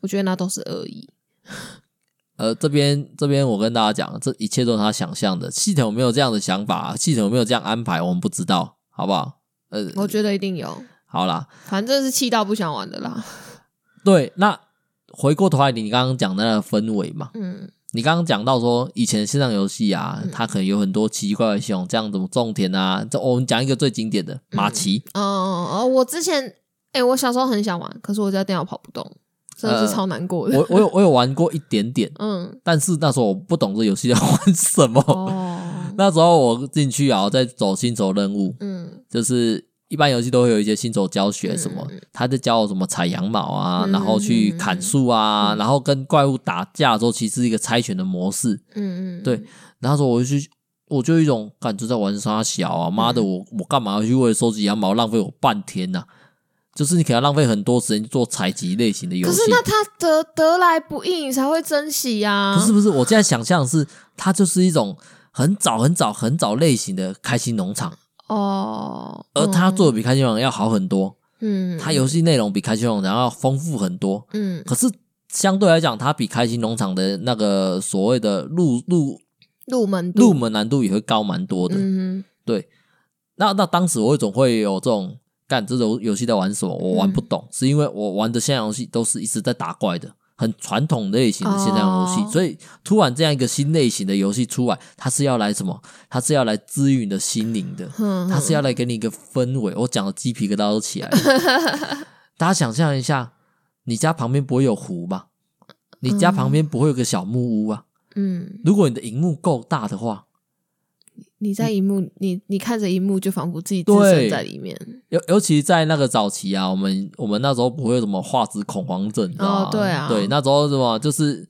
我觉得那都是恶意。
呃，这边这边我跟大家讲，这一切都是他想象的。系统有没有这样的想法，系统有没有这样安排，我们不知道，好不好？呃，
我觉得一定有，
好啦，
反正是气到不想玩的啦。
对，那回过头来，你刚刚讲的那个氛围嘛，
嗯
你刚刚讲到说，以前线上游戏啊，
嗯
它可能有很多奇奇怪怪的系统，这样怎么种田啊？这、哦我们讲一个最经典的马 奇，
哦哦，哦我之前哎、我小时候很想玩，可是我家电脑跑不动，真的
呃
是超难过的。
我我有我有玩过一点点，
嗯，
但是那时候我不懂这游戏要玩什么。
哦，
那时候我进去啊，我在走新手任务，
嗯
就是一般游戏都会有一些新手教学什么，他在教我怎么采羊毛啊，
嗯
然后去砍树啊，然后跟怪物打架的时候，其实是一个猜拳的模式。
嗯嗯，
对然后说我就去，我就有一种感觉在玩沙小
嗯
啊，妈的，我我干嘛要去为了收集羊毛浪费我半天呐、就是你可能浪费很多时间做采集类型的游
可
戏
是。那他得得来不易，你才会珍惜呀、
不是不是，我现在想象的是它就是一种很早很早很早类型的开心农场，
哦，
而它
嗯
做的比开心农场要好很多，
嗯，
它游戏内容比开心农场要丰富很多。
嗯
可是相对来讲，它比开心农场的那个所谓的入入
入门度
入门难度也会高蛮多的。
嗯
对，那那当时我为什么会有这种干这种游戏在玩什么？我玩不懂，是因为我玩的线上游戏都是一直在打怪的，很传统类型的线上游戏，
哦
所以突然这样一个新类型的游戏出来，它是要来什么？它是要来滋润你的心灵的，
哼，
它是要来给你一个氛围。我讲的鸡皮疙瘩都起来了。大家想象一下，你家旁边不会有湖吧？你家旁边不会有个小木屋啊？
嗯，
如果你的荧幕够大的话，
你在荧幕，你你看着荧幕，就仿佛自己置
嗯对
身在里面。
尤尤其在那个早期啊，我们我们那时候不会有什么画质恐慌症，你知道吗
哦对啊
对，那时候什么就是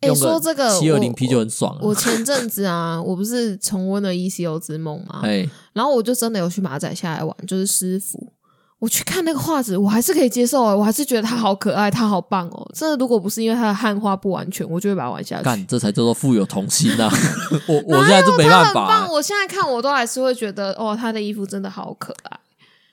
哎
用
说这个
七二零
我
P 就很爽、
我
啊，
前阵子啊，我不是重温了《ECO 之梦》吗？
哎，
然后我就真的有去马仔下来玩，就是师傅。我去看那个画质，我还是可以接受哎、我还是觉得他好可爱，他好棒哦！真的，如果不是因为他的汉化不完全，我就会把它玩下去。
干这才叫做富有童心 啊！我我
哪
现在就没
有
办
哎他很
法、
棒，
欸，
我现在看我都还是会觉得，哦，他的衣服真的好可爱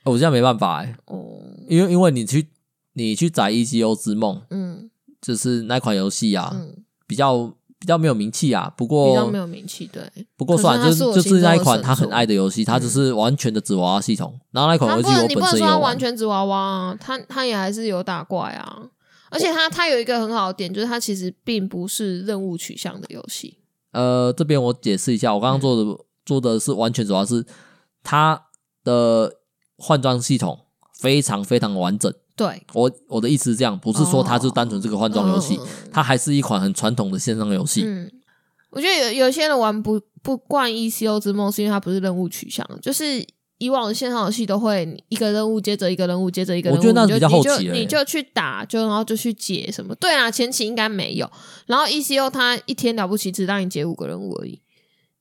我现在没办法、欸，
哦。
因为因为你去你去载 E G O 之梦，
嗯
就是那款游戏啊，
嗯，
比较比较没有名气啊，不
比较没
过
有名气，对。
不过
可是
算了，
它
就是
我
就
心
是
中
那一
的
款
神
他很
作
爱的游戏，它就是完全的纸娃娃系统，然后那款
他
游
不
戏
能，
我
你不
本
能
身
说
也
他
有
完
玩。
全纸娃娃啊，他他也还是有打怪啊。而且他他有一个很好的点，就是他其实并不是任务取向的游戏。
呃，这边我解释一下，我刚刚做的、
嗯
做的是完全主要是它的换装系统非常非常完整。
对，
我我的意思是这样，不是说它就单纯这个换装游戏，
嗯
它还是一款很传统的线上游戏。
嗯，我觉得有有些人玩不不惯 ECO 之梦，是因为它不是任务取向，就是以往的线上游戏都会一个任务接着一个任务接着一个任务，
我觉得那
你
是
就
比较欸后期
你就
了
你就去打，就然后就去解什么。对啊，前期应该没有，然后 ECO 它一天了不起只让你解五个任务而已。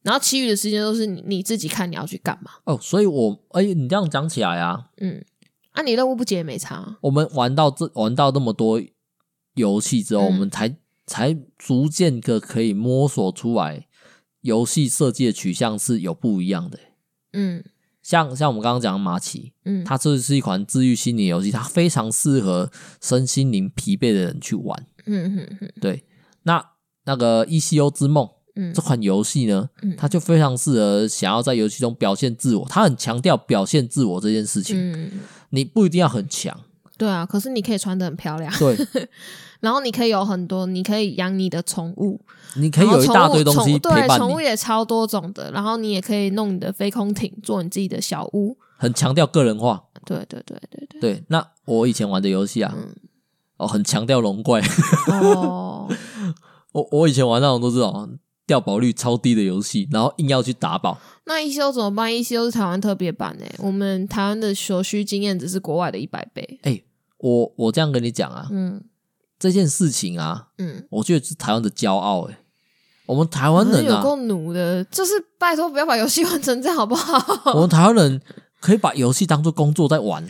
然后其余的时间都是你你自己看你要去干嘛，
哦，所以我哎、你这样讲起来啊，
嗯，啊，你任务不解也没差啊，
我们玩到这玩到那么多游戏之后，
嗯
我们才才逐渐的可以摸索出来游戏设计的取向是有不一样的。
嗯
像像我们刚刚讲的马奇，
嗯，
它这是一款治愈心灵游戏，它非常适合身心灵疲惫的人去玩。
嗯嗯嗯
对，那那个《E C O 之梦》
嗯
这款游戏呢，它就非常适合想要在游戏中表现自我，它很强调表现自我这件事情。
嗯，
你不一定要很强，
对啊，可是你可以穿的很漂亮，
对，
然后你可以有很多，你可以养你的宠物，
你可以有一大堆东西
然后宠物
陪
对，
伴
宠物
你，
也超多种的，然后你也可以弄你的飞空艇，做你自己的小屋。
很强调个人化。
对对对对 对。
对，那我以前玩的游戏啊，
嗯
哦，很强调龙怪。
哦，
我我以前玩那种都是哦，掉宝率超低的游戏，然后硬要去打宝。
那一休怎么办？一休是台湾特别版诶、欸我们台湾的所需经验只是国外的一百倍。
哎、我我这样跟你讲啊，
嗯
这件事情啊，
嗯，
我觉得是台湾的骄傲哎、我们台湾
可是
人
有
啊，
够奴的，就是拜托不要把游戏玩成这样好不好？
我们台湾人可以把游戏当做工作在玩。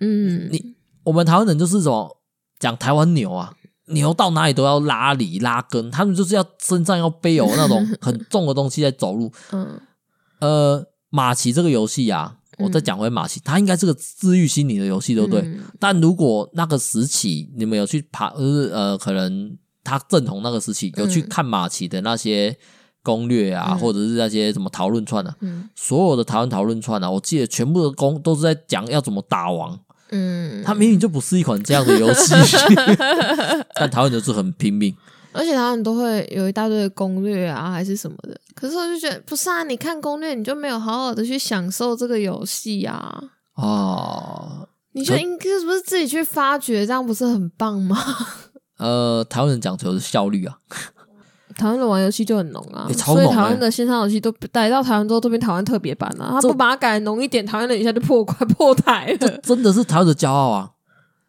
嗯，
你我们台湾人就是什么讲台湾牛啊，牛到哪里都要拉犁拉根，他们就是要身上要背有那 种很重的东西在走路。
嗯
呃，马奇这个游戏啊，我再讲回马奇，它应该是个治愈心理的游戏，对不对？
嗯
但如果那个时期你们有去爬，就是呃，可能他正红那个时期有去看马奇的那些攻略啊，
嗯
或者是那些什么讨论串啊，
嗯
所有的台湾讨论串啊，我记得全部的攻都是在讲要怎么打王，
嗯，
它明明就不是一款这样的游 戏，但台湾人就是很拼命。
而且他们都会有一大堆的攻略啊，还是什么的。可是我就觉得，不是啊，你看攻略你就没有好好的去享受这个游戏啊，
啊，
你就应该不是自己去发掘，这样不是很棒吗？
呃，台湾人讲求的是效率啊，
台湾的玩游戏就很浓啊，
欸超
所以
浓
台
欸
湾的线上游戏都来到台湾之后都变台湾特别版了、他不把它改浓一点，台湾人一下就破快破台了，
真的是台湾的骄傲啊！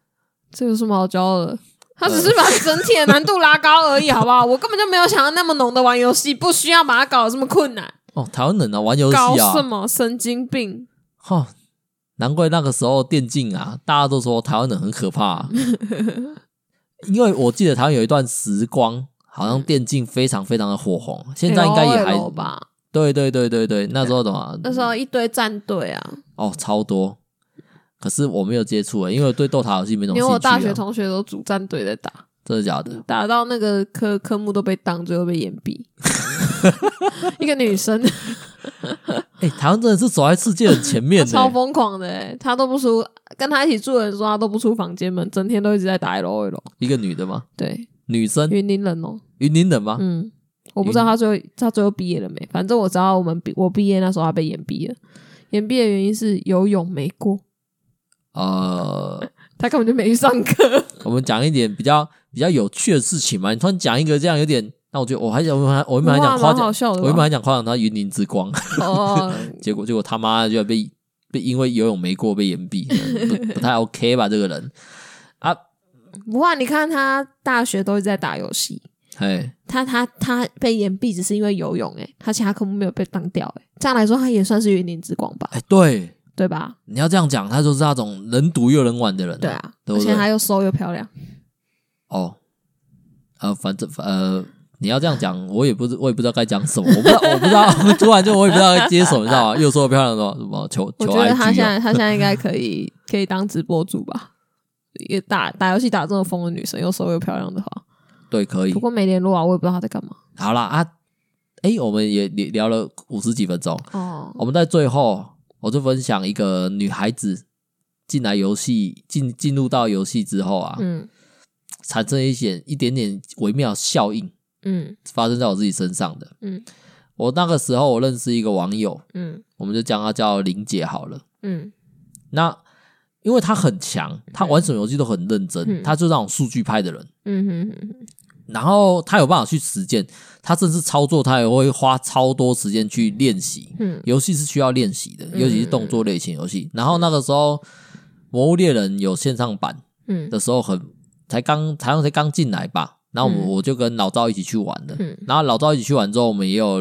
这有什么好骄傲的？他只是把整体的难度拉高而已，好不好？我根本就没有想要那么浓的玩游戏，不需要把它搞得这么困难，
哦，台湾人啊，玩游戏
搞什
啊，
么神经病？
哈、难怪那个时候电竞啊，大家都说台湾人很可怕、 啊，因为我记得台湾有一段时光，好像电竞非常非常的火红，
嗯
现在应该也还
LOL 吧？
对对对对对，那时候怎么？
那时候一堆战队啊，
哦，超多。可是我没有接触、欸，因为我对斗塔游戏没什么
因
兴
为
趣、啊。
我大学同学都组战队在打，
真的假的？
打到那个科科目都被当，最后被延毕。 一个 女生
哎、台湾真的是走在世界的前面、欸，
超疯狂的、欸，她都不出，跟她一起住的人说她都不出房间门，整天都一直在打 L O L。
一个女的吗？
对，
女生，
云林人哦、
云林人吗？
嗯，我不知道她最后她最后毕业了没，反正我知道我们毕我毕业那时候她被延毕了，延毕的原因是游泳没过，
呃，
她根本就没去上课。
我们讲一点比较比较有趣的事情嘛。你突然讲一个这样有点，那我觉得我还想我们还我原本还想
哇
夸
蛮
奖
好，笑的
我
吧，
原本还想夸奖他云林之光，
哦，
结果结果他妈的居然被 被因为游泳没过被延毕，不不太 OK 吧？这个人，
不过你看他大学都一直在打游戏，
哎，
他他他被延毕只是因为游泳、欸，他其他科目没有被当掉、欸，这样来说他也算是云林之光吧，
哎，对，
对吧？
你要这样讲，他就是那种能读又能玩的人，
对啊，
对
而
不对
且他又瘦又漂亮，
哦，呃，反正呃，你要这样讲，我也不知我也不知道该讲什么，我不知道，我不知道， 突然就我也不知道该接什么，你知道吗？又说漂亮的什么求求
我觉
IG
得他现
哦
在他现在应该可以可以当直播主吧，也打打游戏打这么疯的女生又瘦又漂亮的话，
对，可以
不。过没联络啊，我也不知道他在干嘛。
好啦，啊，诶，我们也聊聊了五十几分钟，
哦，
我们在最后，我就分享一个女孩子进来游戏进进入到游戏之后啊，
嗯
产生一些一点点微妙效应，
嗯
发生在我自己身上的。
嗯
我那个时候我认识一个网友，
嗯
我们就将她叫林姐好了。
嗯
那因为他很强，他玩什么游戏都很认真，
嗯
他就是那种数据派的人。
嗯哼哼，
然后他有办法去实践，他甚至操作他也会花超多时间去练习。
嗯
游戏是需要练习的，尤其是动作类型游戏。然后那个时候，《魔物猎人》有线上版
嗯
的时候很，才刚台湾才刚进来吧。然后我们
嗯
我就跟老赵一起去玩的，
嗯
然后老赵一起去玩之后，我们也有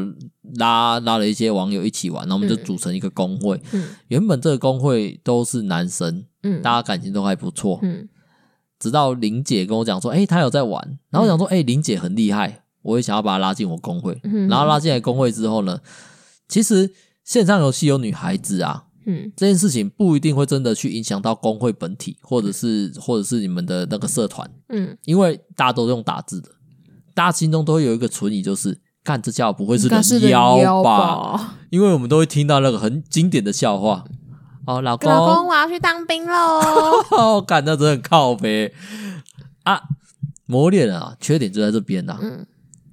拉拉了一些网友一起玩，然后我们就
嗯
组成一个工会。
嗯
原本这个工会都是男生，
嗯，
大家感情都还不错。
嗯
直到林姐跟我讲说，哎、她有在玩，然后我想说，哎、林姐很厉害，我也想要把她拉进我工会。
嗯
然后拉进来工会之后呢，其实线上游戏有女孩子啊，
嗯
这件事情不一定会真的去影响到工会本体，或者是或者是你们的那个社团，
嗯，
因为大家都用打字的，大家心中都会有一个存疑，就是干这家伙不会是
应该是
人妖吧？
吧？
因为我们都会听到那个很经典的笑话，哦，老公，
老公，我要去当兵喽！
哦，干那真的很靠呗啊！魔猎人啊，缺点就在这边呐、
嗯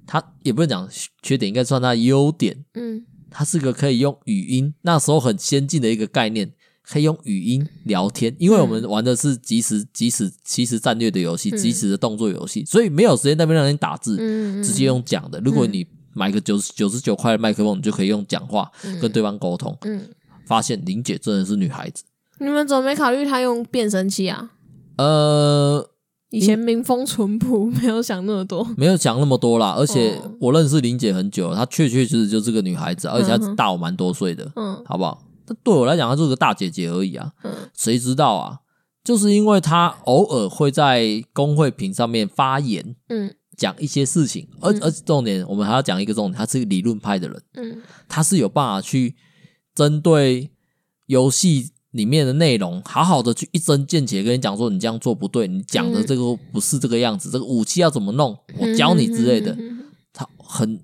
他也不能讲缺点，应该算他优点。
嗯
他是个可以用语音，那时候很先进的一个概念，可以用语音聊天。因为我们玩的是即时、即时、即时战略的游戏，
嗯
即时的动作游戏，所以没有时间在那边让你打字，
嗯，
直接用讲的。如果你买个九十九十九块的麦克风，你就可以用讲话跟对方沟通。
嗯，
发现林姐真的是女孩子，
你们怎么没考虑他用变声器啊？
呃，
以前民风淳朴，没有想那么多。
没有讲那么多啦，而且
哦
我认识林姐很久了，她确确实实就是个女孩子，而且
嗯
她
哼
大我蛮多岁的，
嗯
好不好？那对我来讲，她就是个大姐姐而已啊，
嗯
谁知道啊？就是因为她偶尔会在工会屏上面发言，
嗯
讲一些事情，而
嗯
而且重点，我们还要讲一个重点，她是个理论派的人，
嗯
她是有办法去针对游戏。里面的内容，好好的去一针见血跟你讲说，你这样做不对，你讲的
嗯
这个不是这个样子，这个武器要怎么弄，我教你之类的。
嗯
他很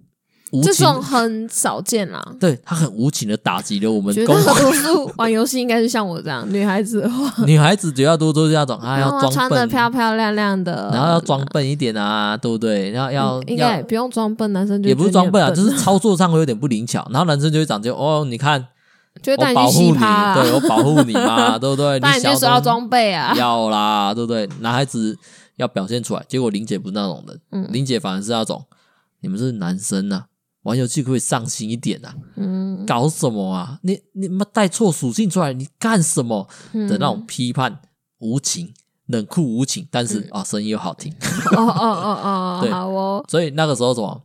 无
这
情，
种很少见啦。
对他很无情的打击了我们
绝
公
大多数玩游戏应该是像我这样女孩子的 话，
女孩子绝大多数是那种啊
然
要
后啊
装
穿的
笨，
漂漂亮亮的，
然后要装笨一点啊，对不对？要要
嗯呃应该
要
也不用装笨，男生就
也不是
觉得
装
你
笨啊，
很
就是操作上会有点不灵巧，然后男生就会讲究哦，你看
就会带
我
你
保
去
护
洗
你，
趴啦，
对我保护你 嘛，对不对？
带你
小
去
时
说
候
要装 备啊，
要啦，对不对？男孩子要表现出来，结果玲姐不是那种人，
嗯
玲姐反而是那种你们是男生呐、玩游戏可不可以上心一点啊，
嗯
搞什么啊？你你妈带错属性出来，你干什么
嗯
的那种批判，无情、冷酷无情，但是
嗯
啊、声音又好听，
哦哦哦哦，
对
好哦，
所以那个时候什么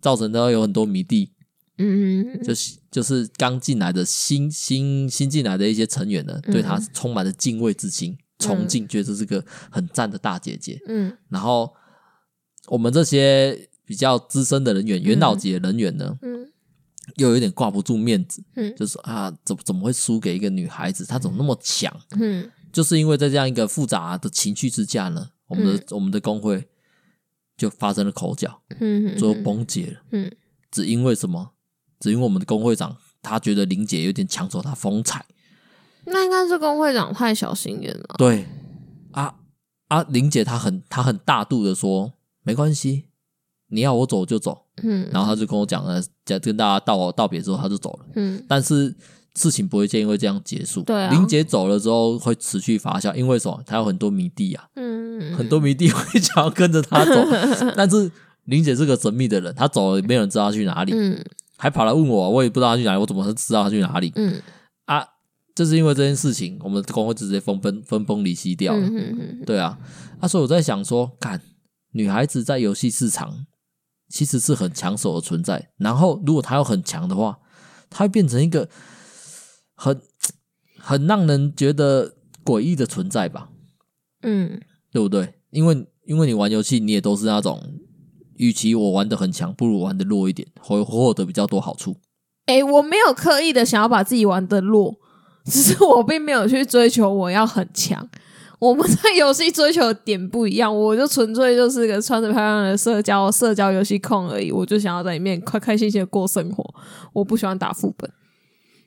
造成的有很多迷弟，
嗯，
就是就是刚进来的新新新进来的一些成员呢，对
嗯
她充满了敬畏之心、崇敬，觉得这是个很赞的大姐姐。
嗯
然后我们这些比较资深的人员、元老级的人员呢，
嗯
又有点挂不住面子，
嗯
就是啊，怎么怎么会输给一个女孩子？她怎么那么强？
嗯
就是因为在这样一个复杂的情绪之下呢，我们的、我们的工会就发生了口角，
嗯，
最后崩解了。
嗯
只因为什么？只因为我们的工会长他觉得林姐有点抢走他风采。
那应该是工会长太小心眼了，
对，啊啊，林姐她很她很大度的说，没关系，你要我走就走。
嗯
然后他就跟我讲了，讲跟大家道道别之后他就走了。
嗯
但是事情不会因为这样结束。
对啊
林姐走了之后会持续发酵，因为什么？她有很多迷弟啊，
嗯，
很多迷弟会想要跟着她 走。但是林姐是个神秘的人，她走了没有人知道她去哪里，
嗯
还跑来问我，我也不知道她去哪里，我怎么知道她去哪里
嗯
啊？就是因为这件事情，我们工会直接分崩分崩离析掉了。
嗯嗯
对啊，啊，所以我在想说，看女孩子在游戏市场其实是很抢手的存在。然后，如果她要很强的话，她会变成一个很很让人觉得诡异的存在吧，
嗯
对不对？因为因为你玩游戏，你也都是那种，与其我玩的很强，不如我玩的弱一点，会获得比较多好处。
哎、我没有刻意的想要把自己玩的弱，只是我并没有去追求我要很强。我们在游戏追求的点不一样，我就纯粹就是个穿着漂亮的社交社交游戏控而已，我就想要在里面开开心心的过生活。我不喜欢打副本，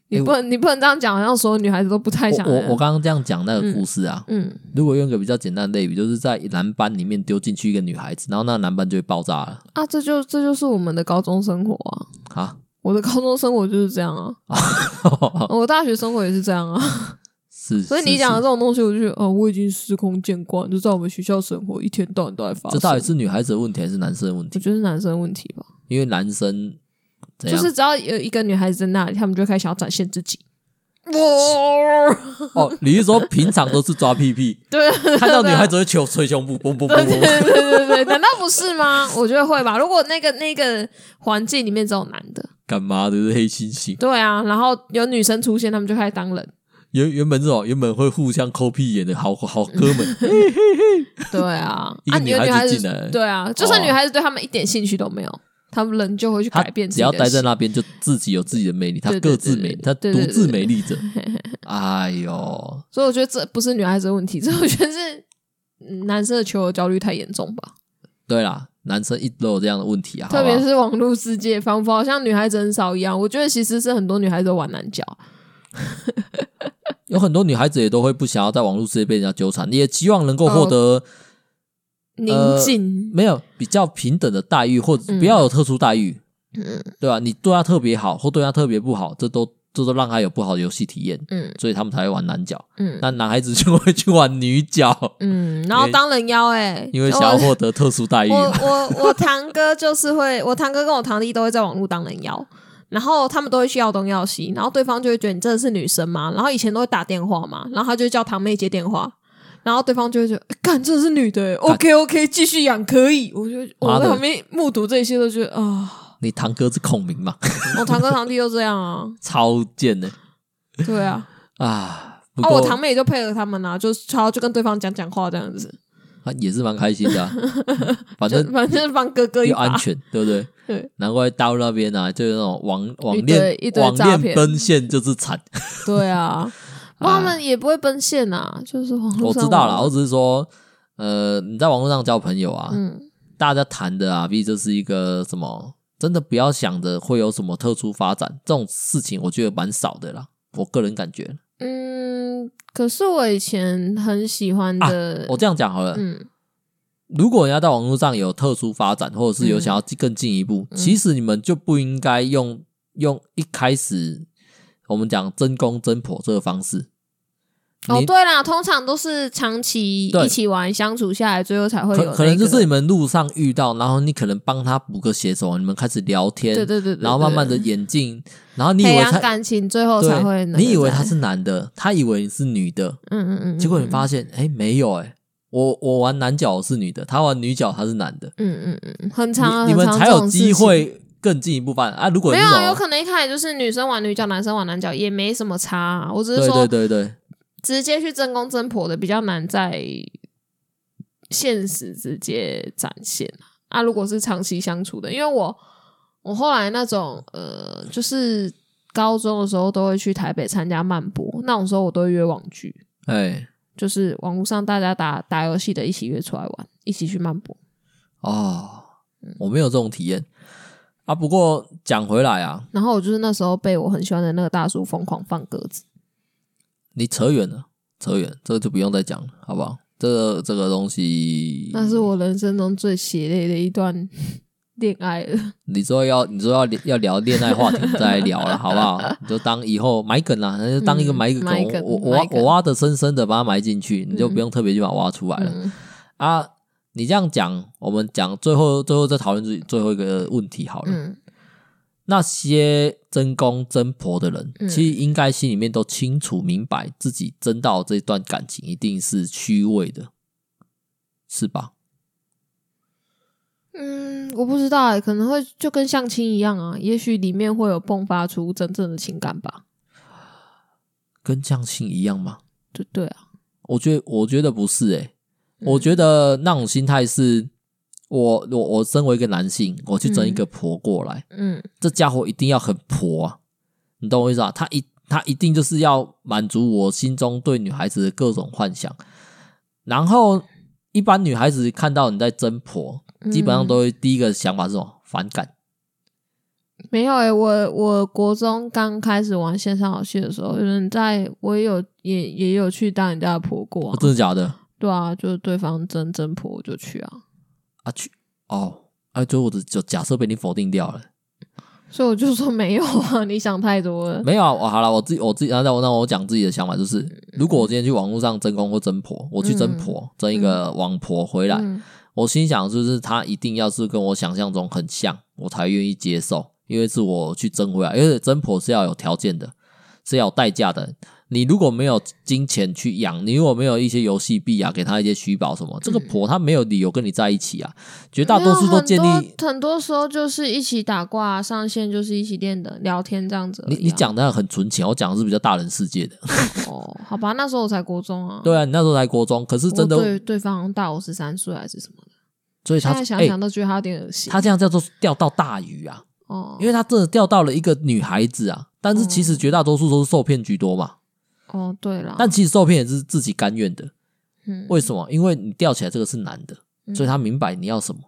你
诶
不能、你不能这样讲，好像所有女孩子都不太想
我我
要。
我刚刚这样讲那个故事啊，
嗯
如果用一个比较简单的类比，就是在篮板里面丢进去一个女孩子，然后那篮板就会爆炸了
啊，这就这就是我们的高中生活啊，
啊。
我的高中生活就是这样啊， 我大学生活也是这样啊。
是，
所以
哦是
你讲的
是
这种东西，我就觉得，哦，我已经司空见惯，就在我们学校生活，一天到晚都在发
这到底
生。
是女孩子的问题还是男生的问
我
题？
觉得是男生的问题吧，
因为男生怎
就
样？
是只要有一个女孩子在那里，他们就开始想要展现自己。哇，
哦，你是说平常都是抓屁屁，
对，啊
看到女孩子会捶捶胸部， 嘣嘣嘣
对对
嘣，
对对对，难道不是吗？我觉得会吧。如果那个那个环境里面只有男的，
干嘛的？黑猩猩
对啊，然后有女生出现，他们就开始当人。
原原本这种原本会互相抠屁眼的好好哥 们，
对啊，
一个
啊，
女
有
孩子
女孩
进来
子，对啊，就算
哦
女孩子对他们一点兴趣都没有，他们人就会去
他
改变自
只
己
要
的
待在
心
那边就自己有自己的魅力，他
对对
各自美，
对
他
对
独
对对
自美丽 着。哎呦，
所以我觉得这不是女孩子的问题，这 我觉得是嗯男生的求偶焦虑太严重吧。
对啦，男生一直都有这样的问题啊，好
特
吧
别是网络世界，仿佛好像女孩子很少一样。我觉得其实是很多女孩子都玩男角，
有很多女孩子也都会不想要在网络世界被人家纠缠，也希望能够获
哦
得
宁静、
没有比较平等的待遇，或者
嗯
不要有特殊待遇，
嗯
对吧、你对他特别好，或对他特别不好，这都这都让他有不好的游戏体验，
嗯
所以他们才会玩男角。
嗯
那男孩子就会去玩女角，
嗯，然后当人妖哎、
因为想要获得特殊待遇
我
嘛。
我我我堂哥就是会，我堂哥跟我堂弟都会在网络当人妖，然后他们都会去要东要西，然后对方就会觉得你真的是女生吗？然后以前都会打电话嘛，然后他就叫堂妹接电话，然后对方就会觉得，欸干、这是女的欸，OK OK，继续养可以。我就
妈
我
的
在旁边目睹这些都觉得啊，
你堂哥是孔明嘛，
我堂哥堂弟都这样啊，
超贱的
对啊，
啊！不
啊
过、
我堂妹也就配合他们啊，就然后就跟对方讲讲话这样子，
啊也是蛮开心的、啊，反
就
正
反正帮哥 哥一
又
把
安，全，对不对？
对
难怪到那边啊，就是那种网网
一堆
恋
一堆
网
诈
恋
骗
奔现就是 惨。
对啊。不过他们也不会奔现啊，就是网络
我
上
知道
玩
啦，我只是说，呃，你在网络上交朋友啊，
嗯
大家谈的啊，毕竟这是一个什么真的不要想着会有什么特殊发展，这种事情我觉得蛮少的啦。我个人感觉，
嗯，可是我以前很喜欢的，
啊我这样讲好了，
嗯
如果人家在网络上有特殊发展，或者是有想要更进一步，
嗯
其实你们就不应该用用一开始我们讲真公真婆这个方式。
哦
你
对啦，通常都是长期
对
一起玩相处下来，最后才会有那
可
个、
可能就是你们路上遇到，然后你可能帮他补个写手，你们开始聊天，
对对对对
然后慢慢的演进，然后你以
培
为
养
他
感情，最后
对
才会那个在。
你以为他是男的，他以为你是女的，
嗯嗯嗯，
结果你
嗯
发现哎、诶没有哎、诶我我玩男角是女的，他玩女角他是男的，
嗯嗯嗯，很长啊，
你你们
很长
才
这
有
种事
机
情。
会更进一步发展啊！如果
没有
那
啊，
种
有可能一开始就是女生玩女角，男生玩男角，也没什么差、啊。我只是
对对
说
对对，
直接去真公真婆的比较难在现实直接展现啊。如果是长期相处的，因为我我后来那种呃，就是高中的时候都会去台北参加漫博，那种时候我都会约网剧，
哎、
就是网络上大家打打游戏的一起约出来玩，一起去漫博。
哦，
嗯
我没有这种体验啊。不过讲回来啊，
然后我就是那时候被我很喜欢的那个大叔疯狂放鸽子。
你扯远了，扯远，这个就不用再讲了，好不好？这个这个东西，
那是我人生中最血泪的一段恋爱了。
你说要你说要聊要聊恋爱话题再来聊了，好不 好？你就当以后埋梗啦，那就当一个埋一个
埋
梗，
梗
我我
埋
挖
梗
我挖的深深的把它埋进去，你就不用特别去把它挖出来了、
嗯
啊。你这样讲，我们讲最后最后再讨论最最后一个问题好了。
嗯
那些真公真婆的人，
嗯
其实应该心里面都清楚明白，自己真到这段感情一定是虚伪的，是吧？
嗯，我不知道哎、可能会就跟相亲一样啊，也许里面会有迸发出真正的情感吧。
跟相亲一样吗？
对对啊，
我觉得我觉得不是诶、欸
嗯
我觉得那种心态是，我我我身为一个男性，我去争一个婆过来，
嗯
这家伙一定要很婆啊，你懂我意思啊？他一他一定就是要满足我心中对女孩子的各种幻想，然后一般女孩子看到你在争婆，
嗯
基本上都会第一个想法是什么？反感。
没有哎、我我国中刚开始玩线上游戏的时候，有人在我也有也也有去当人家的婆过、
哦
啊，
真的假的？
对啊，就是对方真真婆我就去啊，
啊去哦，哎，就我的就假设被你否定掉了。
所以我就说没有啊，你想太多了。
没有啊，我好了，我自己我自己，那我那我讲自己的想法，就是如果我今天去网络上争公或争婆，我去争婆，争一个网婆回来，
嗯
我心想就是她一定要是跟我想象中很像，我才愿意接受，因为是我去争回来，因为争婆是要有条件的，是要有代价的。你如果没有金钱去养，你如果没有一些游戏币啊，给她一些虚宝什么，这个婆她没有理由跟你在一起啊，绝大多数都建
嗯没有啊
立
很多很多时候就是一起打挂、啊上线就是一起练的聊天这样子而已
你
啊、
你讲的很纯情，我讲的是比较大人世界的。
哦，好吧，那时候我才国中啊，
对啊，你那时候才国中，可是
不过
真的
哦对对方好像大我十三岁还是什么的，
所以他
现在
哎、
想想都觉得他有点恶心。
他这样叫做钓到大鱼啊，
哦，
因为他真的钓到了一个女孩子啊。但是其实绝大多数都是受骗居多嘛，
哦对了，
但其实受骗也是自己甘愿的。
嗯
为什么？因为你钓起来这个是男的，
嗯
所以他明白你要什么，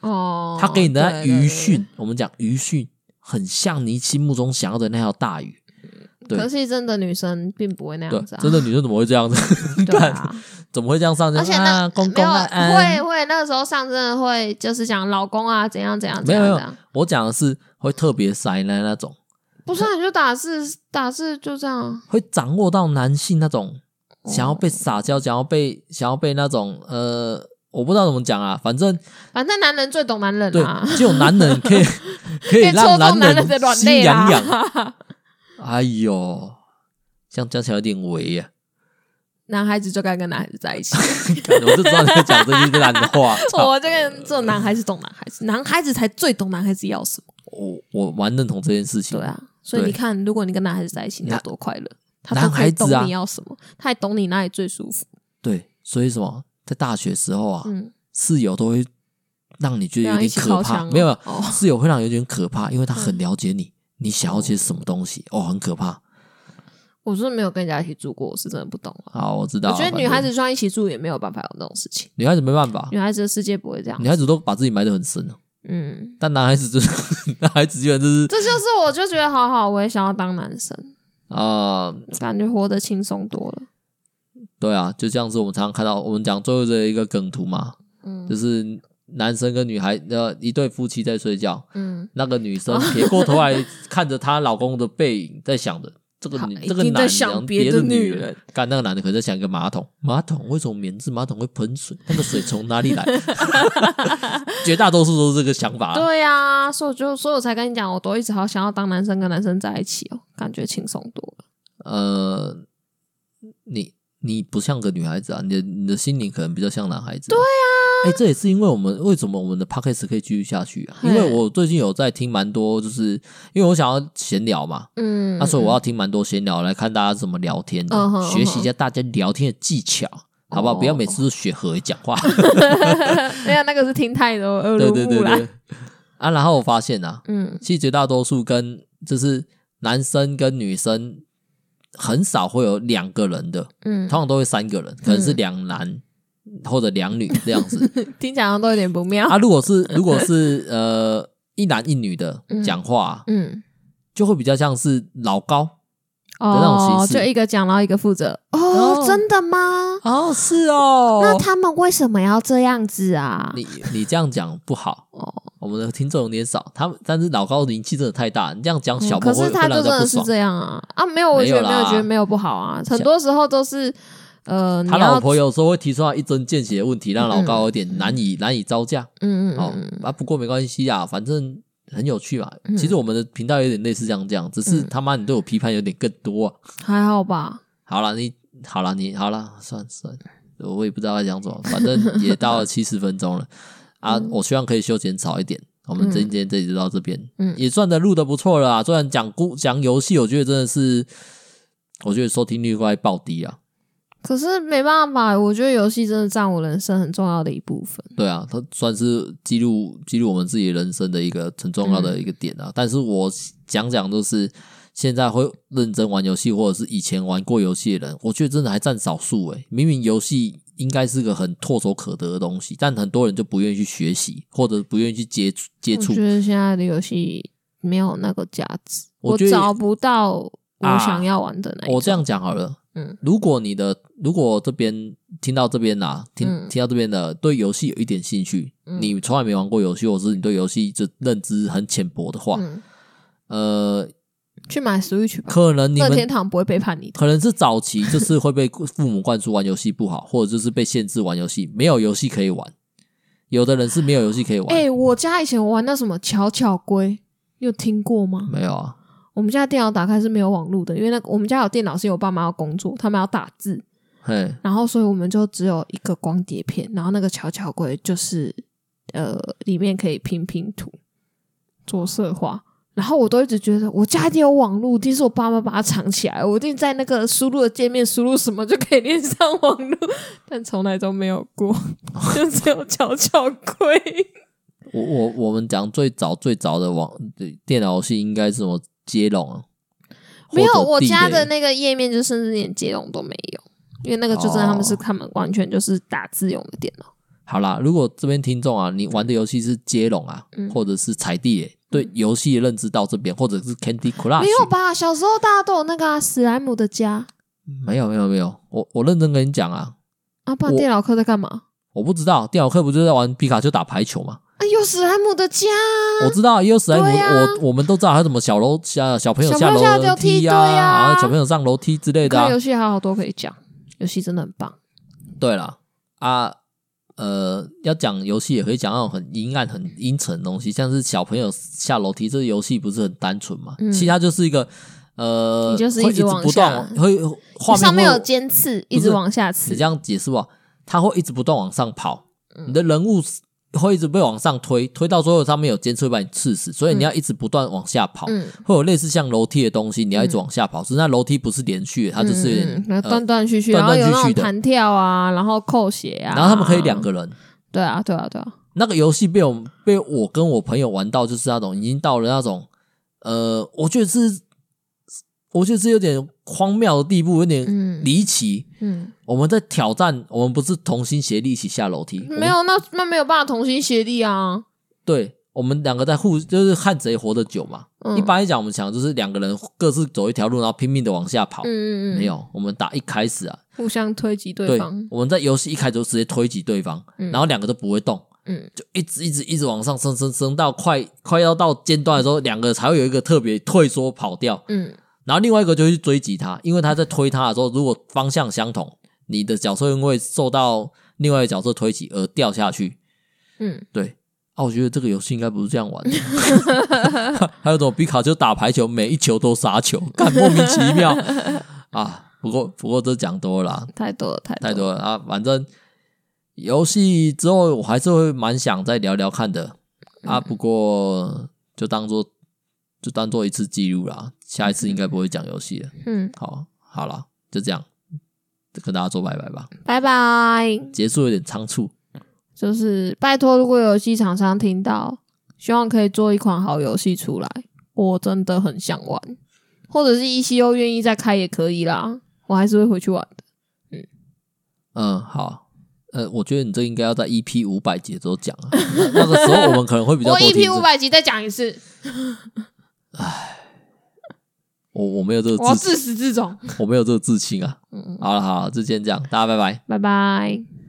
哦，
他给你的那
对
鱼，讯，我们讲鱼讯，很像你心目中想要的那条大鱼。对
对对可是真的女生并不会那
对
样子，啊，
真的女生怎么会这样子？
对
干、
啊，
怎么会这样上去？
而且那
啊、公公啊，
没有
安
会会那个时候上真的会就是讲老公啊怎样怎样
没
怎
有
样
没
怎
有
样，，
我讲的是会特别塞奶那种，
不是啊你就打字打字就这样啊，
会掌握到男性那种
哦
想要被撒娇，想要被想要被那种呃，我不知道怎么讲啊，反正
反正男人最懂男人
对
啊，，
只有男人 可以可以
可以戳
让
中男人的
人
软
心
肋
痒
啊
痒。
啦。
哎呦，这样讲起来有点违呀、
男孩子就该跟男孩子在 一起，
干 我就知道你在讲这些烂 话。操
我这个这种男孩子懂男孩子，男孩子才最懂男孩子要什么。
我我蛮认同这件事情。
对啊，所以
对
你看，如果你跟男孩子在一起，你有
男
多快乐？他
男
都可以
孩子啊
懂你要什么，他还懂你哪里最舒服。
对，所以什么，在大学时候啊，
嗯，
室友都会让你觉得有
让一
点
起
可
靠
怕，
墙哦
没有，
哦嗯
室友会让你有点可怕，因为他很了解你，你想要些什么东西，哦，很可怕。
我是没有跟人家一起住过，我是真的不懂啊。
好，我知
我
道。
觉得
反
女
正
孩子就算一起住，也没有办法有那种事情。
女孩子没办法
女，孩子的世界不会这样
女，孩子都把自己埋得很深了啊
嗯，
但男孩子就是 男孩子居然就是
这就是我就觉得好好，我也想要当男生，
啊、
感觉活得轻松多了。
对啊，就这样子。我们常常看到，我们讲最后这一个梗图嘛，
嗯
就是男生跟女孩呃一对夫妻在睡觉，
嗯，
那个女生撇过头来看着她老公的背影，在想着这个女
好
这个
一定在
男
想
人
别
别
的女
女
人，
干那个男的可能在想一个马桶，马桶为什么免治马桶会喷水？那个水从哪 里来？绝大多数都是这个想法啊、
对呀、所以我就所以我才跟你讲，我都一直好想要当男生跟男生在一起哦，感觉轻松多了。
呃，你你不像个女孩子啊，你的你的心灵可能比较像男孩子、对啊，哎、这也是因为我们为什么我们的 podcast 可以继续下去啊？
嘿
因为我最近有在听蛮多，就是因为我想要闲聊嘛，
嗯，
啊那、所以我要听蛮多闲聊来看大家怎么聊天的，
嗯哼
学习一下大家聊天的技巧。好不好？不要每次都学何讲话。
哦 哎呀，那个是听太多 耳
对
濡
对对
目染。
对。啊，然后我发现啊，
嗯
其实绝大多数跟就是男生跟女生很少会有两个人的，
嗯，
通常都会三个人，可能是两男或者两女这样子。
听起来好像都有点不妙。
啊，如果是如果是呃一男一女的
嗯
讲话，
嗯，
就会比较像是老高那种
哦，
形式
就一个讲，然后一个负责。
哦
哦，真的吗？
哦，是哦
那他们为什么要这样子 啊？
你你这样讲不好，
哦，
我们的听众有点少，他们但是老高的名气真的太大，你这样讲小
嗯可
莫会
是
会
他
让
就
人
真
家不
的是
爽。
这样啊啊！没有，我
没
觉
有
得没有
啦
觉得没有不好啊，很多时候都是呃，你
他
要
老婆有时候会提出他一针见血的问题，让老高有
嗯
点难以、难以招架。
嗯嗯
哦
嗯，
啊，不过没关系啊，反正很有趣嘛。其实我们的频道有点类似这样这样，只
嗯
是他妈你对我批判有点更多、啊。
还好吧。
好了，你好了，你好了，算算，我也不知道在讲什么，反正也到了七十分钟了啊。
嗯
我希望可以休闲少一点。我们今天这集就到这边，
嗯
也算的录的不错了啊。虽然讲故讲游戏，我觉得真的是，我觉得收听率快暴跌啊。
可是没办法，我觉得游戏真的占我人生很重要的一部分。
对啊，它算是记录记录我们自己人生的一个很重要
嗯
的一个点啊。但是我讲讲都是现在会认真玩游戏，或者是以前玩过游戏的人，我觉得真的还占少数诶、明明游戏应该是个很唾手可得的东西，但很多人就不愿意去学习，或者不愿意去接触接
我
触
觉。得现在的游戏没有那个价值，
我
我
觉得
找不到我
啊
想要玩的那一种。
我这样讲好了，
嗯，
如果你的如果这边听到这边啊，听、
嗯
听到这边的对游戏有一点兴趣，
嗯
你从来没玩过游戏，或者是你对游戏就认知很浅薄的话，
嗯，
呃，
去买 Switch 吧，
可能你
任天
们
堂不会背叛你的。
可能是早期就是会被父母灌输玩游戏不好，或者就是被限制玩游戏，没有游戏可以玩。有的人是没有游戏可以玩，
哎、我家以前玩那什么巧巧龟，你有听过吗？
没有啊，
我们家电脑打开是没有网络的，因为那个我们家有电脑是因为我爸妈要工作，他们要打字，
嘿，
然后所以我们就只有一个光碟片，然后那个巧巧龟就是呃里面可以拼拼图、着色画，然后我都一直觉得我家一定有网络，一定是我爸妈把它藏起来，我一定在那个输入的界面输入什么就可以连上网络，但从来都没有过， 就只有巧巧龟。
我我我们讲最早最早的网电脑游戏应该是什么接龙啊？
没有，
或者
我
地
家的
雷
那个页面就甚至连接龙都没有，因为那个就真的他们是、他们完全就是打字用的电脑。
好啦，如果这边听众啊，你玩的游戏是接龙啊，
嗯
或者是踩地雷，对游戏的认知到这边，或者是 Candy Crush，
没有吧？小时候大家都有那个、啊、史莱姆的家
没有没有没有，我我认真跟你讲啊，
啊，不然
我
电脑课在干嘛？
我不知道电脑课不就在玩皮卡丘打排球吗？
啊，有史莱姆的家啊，
我知道，也有史莱姆，
对啊
我我们都知道，还有什么小楼下小朋友
小
楼
朋友下楼梯
梯
对啊
啊，小朋友上楼梯之类的、
看
啊
游。戏还有好多可以讲，游戏真的很棒。
对了啊，呃，要讲游戏也可以讲那种很阴暗、很阴沉的东西，像是小朋友下楼梯，这个游戏不是很单纯嘛？
嗯
其他就是一个呃，
你就是一
会一
直
直
往
不断
下
会画面
上面
会
有尖刺，一
不
直
是
往下
你
刺
这。样解释吧，它会一直不断往上跑，
嗯
你的人物会一直被往上推，推到最后上面有尖刺会把你刺死，所以你要一直不断往下跑，
嗯
会有类似像楼梯的东西，你要一直往下跑，只是那楼梯不是连续的，它就是有点、
嗯嗯嗯
呃
断断续续，
断
然后
断
有那
续
种
续的
弹跳啊，然后扣血啊，
然后他们可以两个人。
对啊，对啊，对啊，
那个游戏被我被我跟我朋友玩到，就是那种已经到了那种，呃，我觉得是，我觉得是有点荒谬的地步，有点
嗯
离奇。
嗯，
我们在挑战，我们不是同心协力一起下楼梯，我们
没有，那那没有办法同心协力啊，
对，我们两个在互就是看谁活得久嘛。
嗯
一般来讲，我们想就是两个人各自走一条路，然后拼命的往下跑。
嗯嗯嗯，
没有，我们打一开始啊，
互相推挤对
对
方，，
我们在游戏一开始就直接推挤对方，
嗯
然后两个都不会动，
嗯，
就一直一直一直往上升升升到快快要到尖端的时候，两个才会有一个特别退缩跑掉，
嗯
然后另外一个就去追击他，因为他在推他的时候，如果方向相同，你的角色因为受到另外一个角色推挤而掉下去。
嗯，
对，啊，我觉得这个游戏应该不是这样玩的。 还有种皮卡丘打排球，每一球都杀球，干莫名其妙啊！不过不过这讲多了啦，
太多了，太
太多了啊！反正游戏之后，我还是会蛮想再聊聊看的啊。不过就当做就当做一次记录啦，下一次应该不会讲游戏了。
嗯，
好，好啦，就这样，跟大家说拜拜吧。
拜拜。
结束有点仓促，
就是拜托，如果有游戏厂商听到，希望可以做一款好游戏出来，我真的很想玩，或者是 ECO 愿意再开也可以啦，我还是会回去玩的。
嗯，好。呃，我觉得你这应该要在 EP 五百集的时候讲啊， 那个时候我们可能会比较
我
多听
EP
这
五。百集再讲一次，
我我没有这个
我要
自
自始至终。
我没有这个自信啊。
嗯，
好了好了，就先这样，大家拜拜。
拜拜。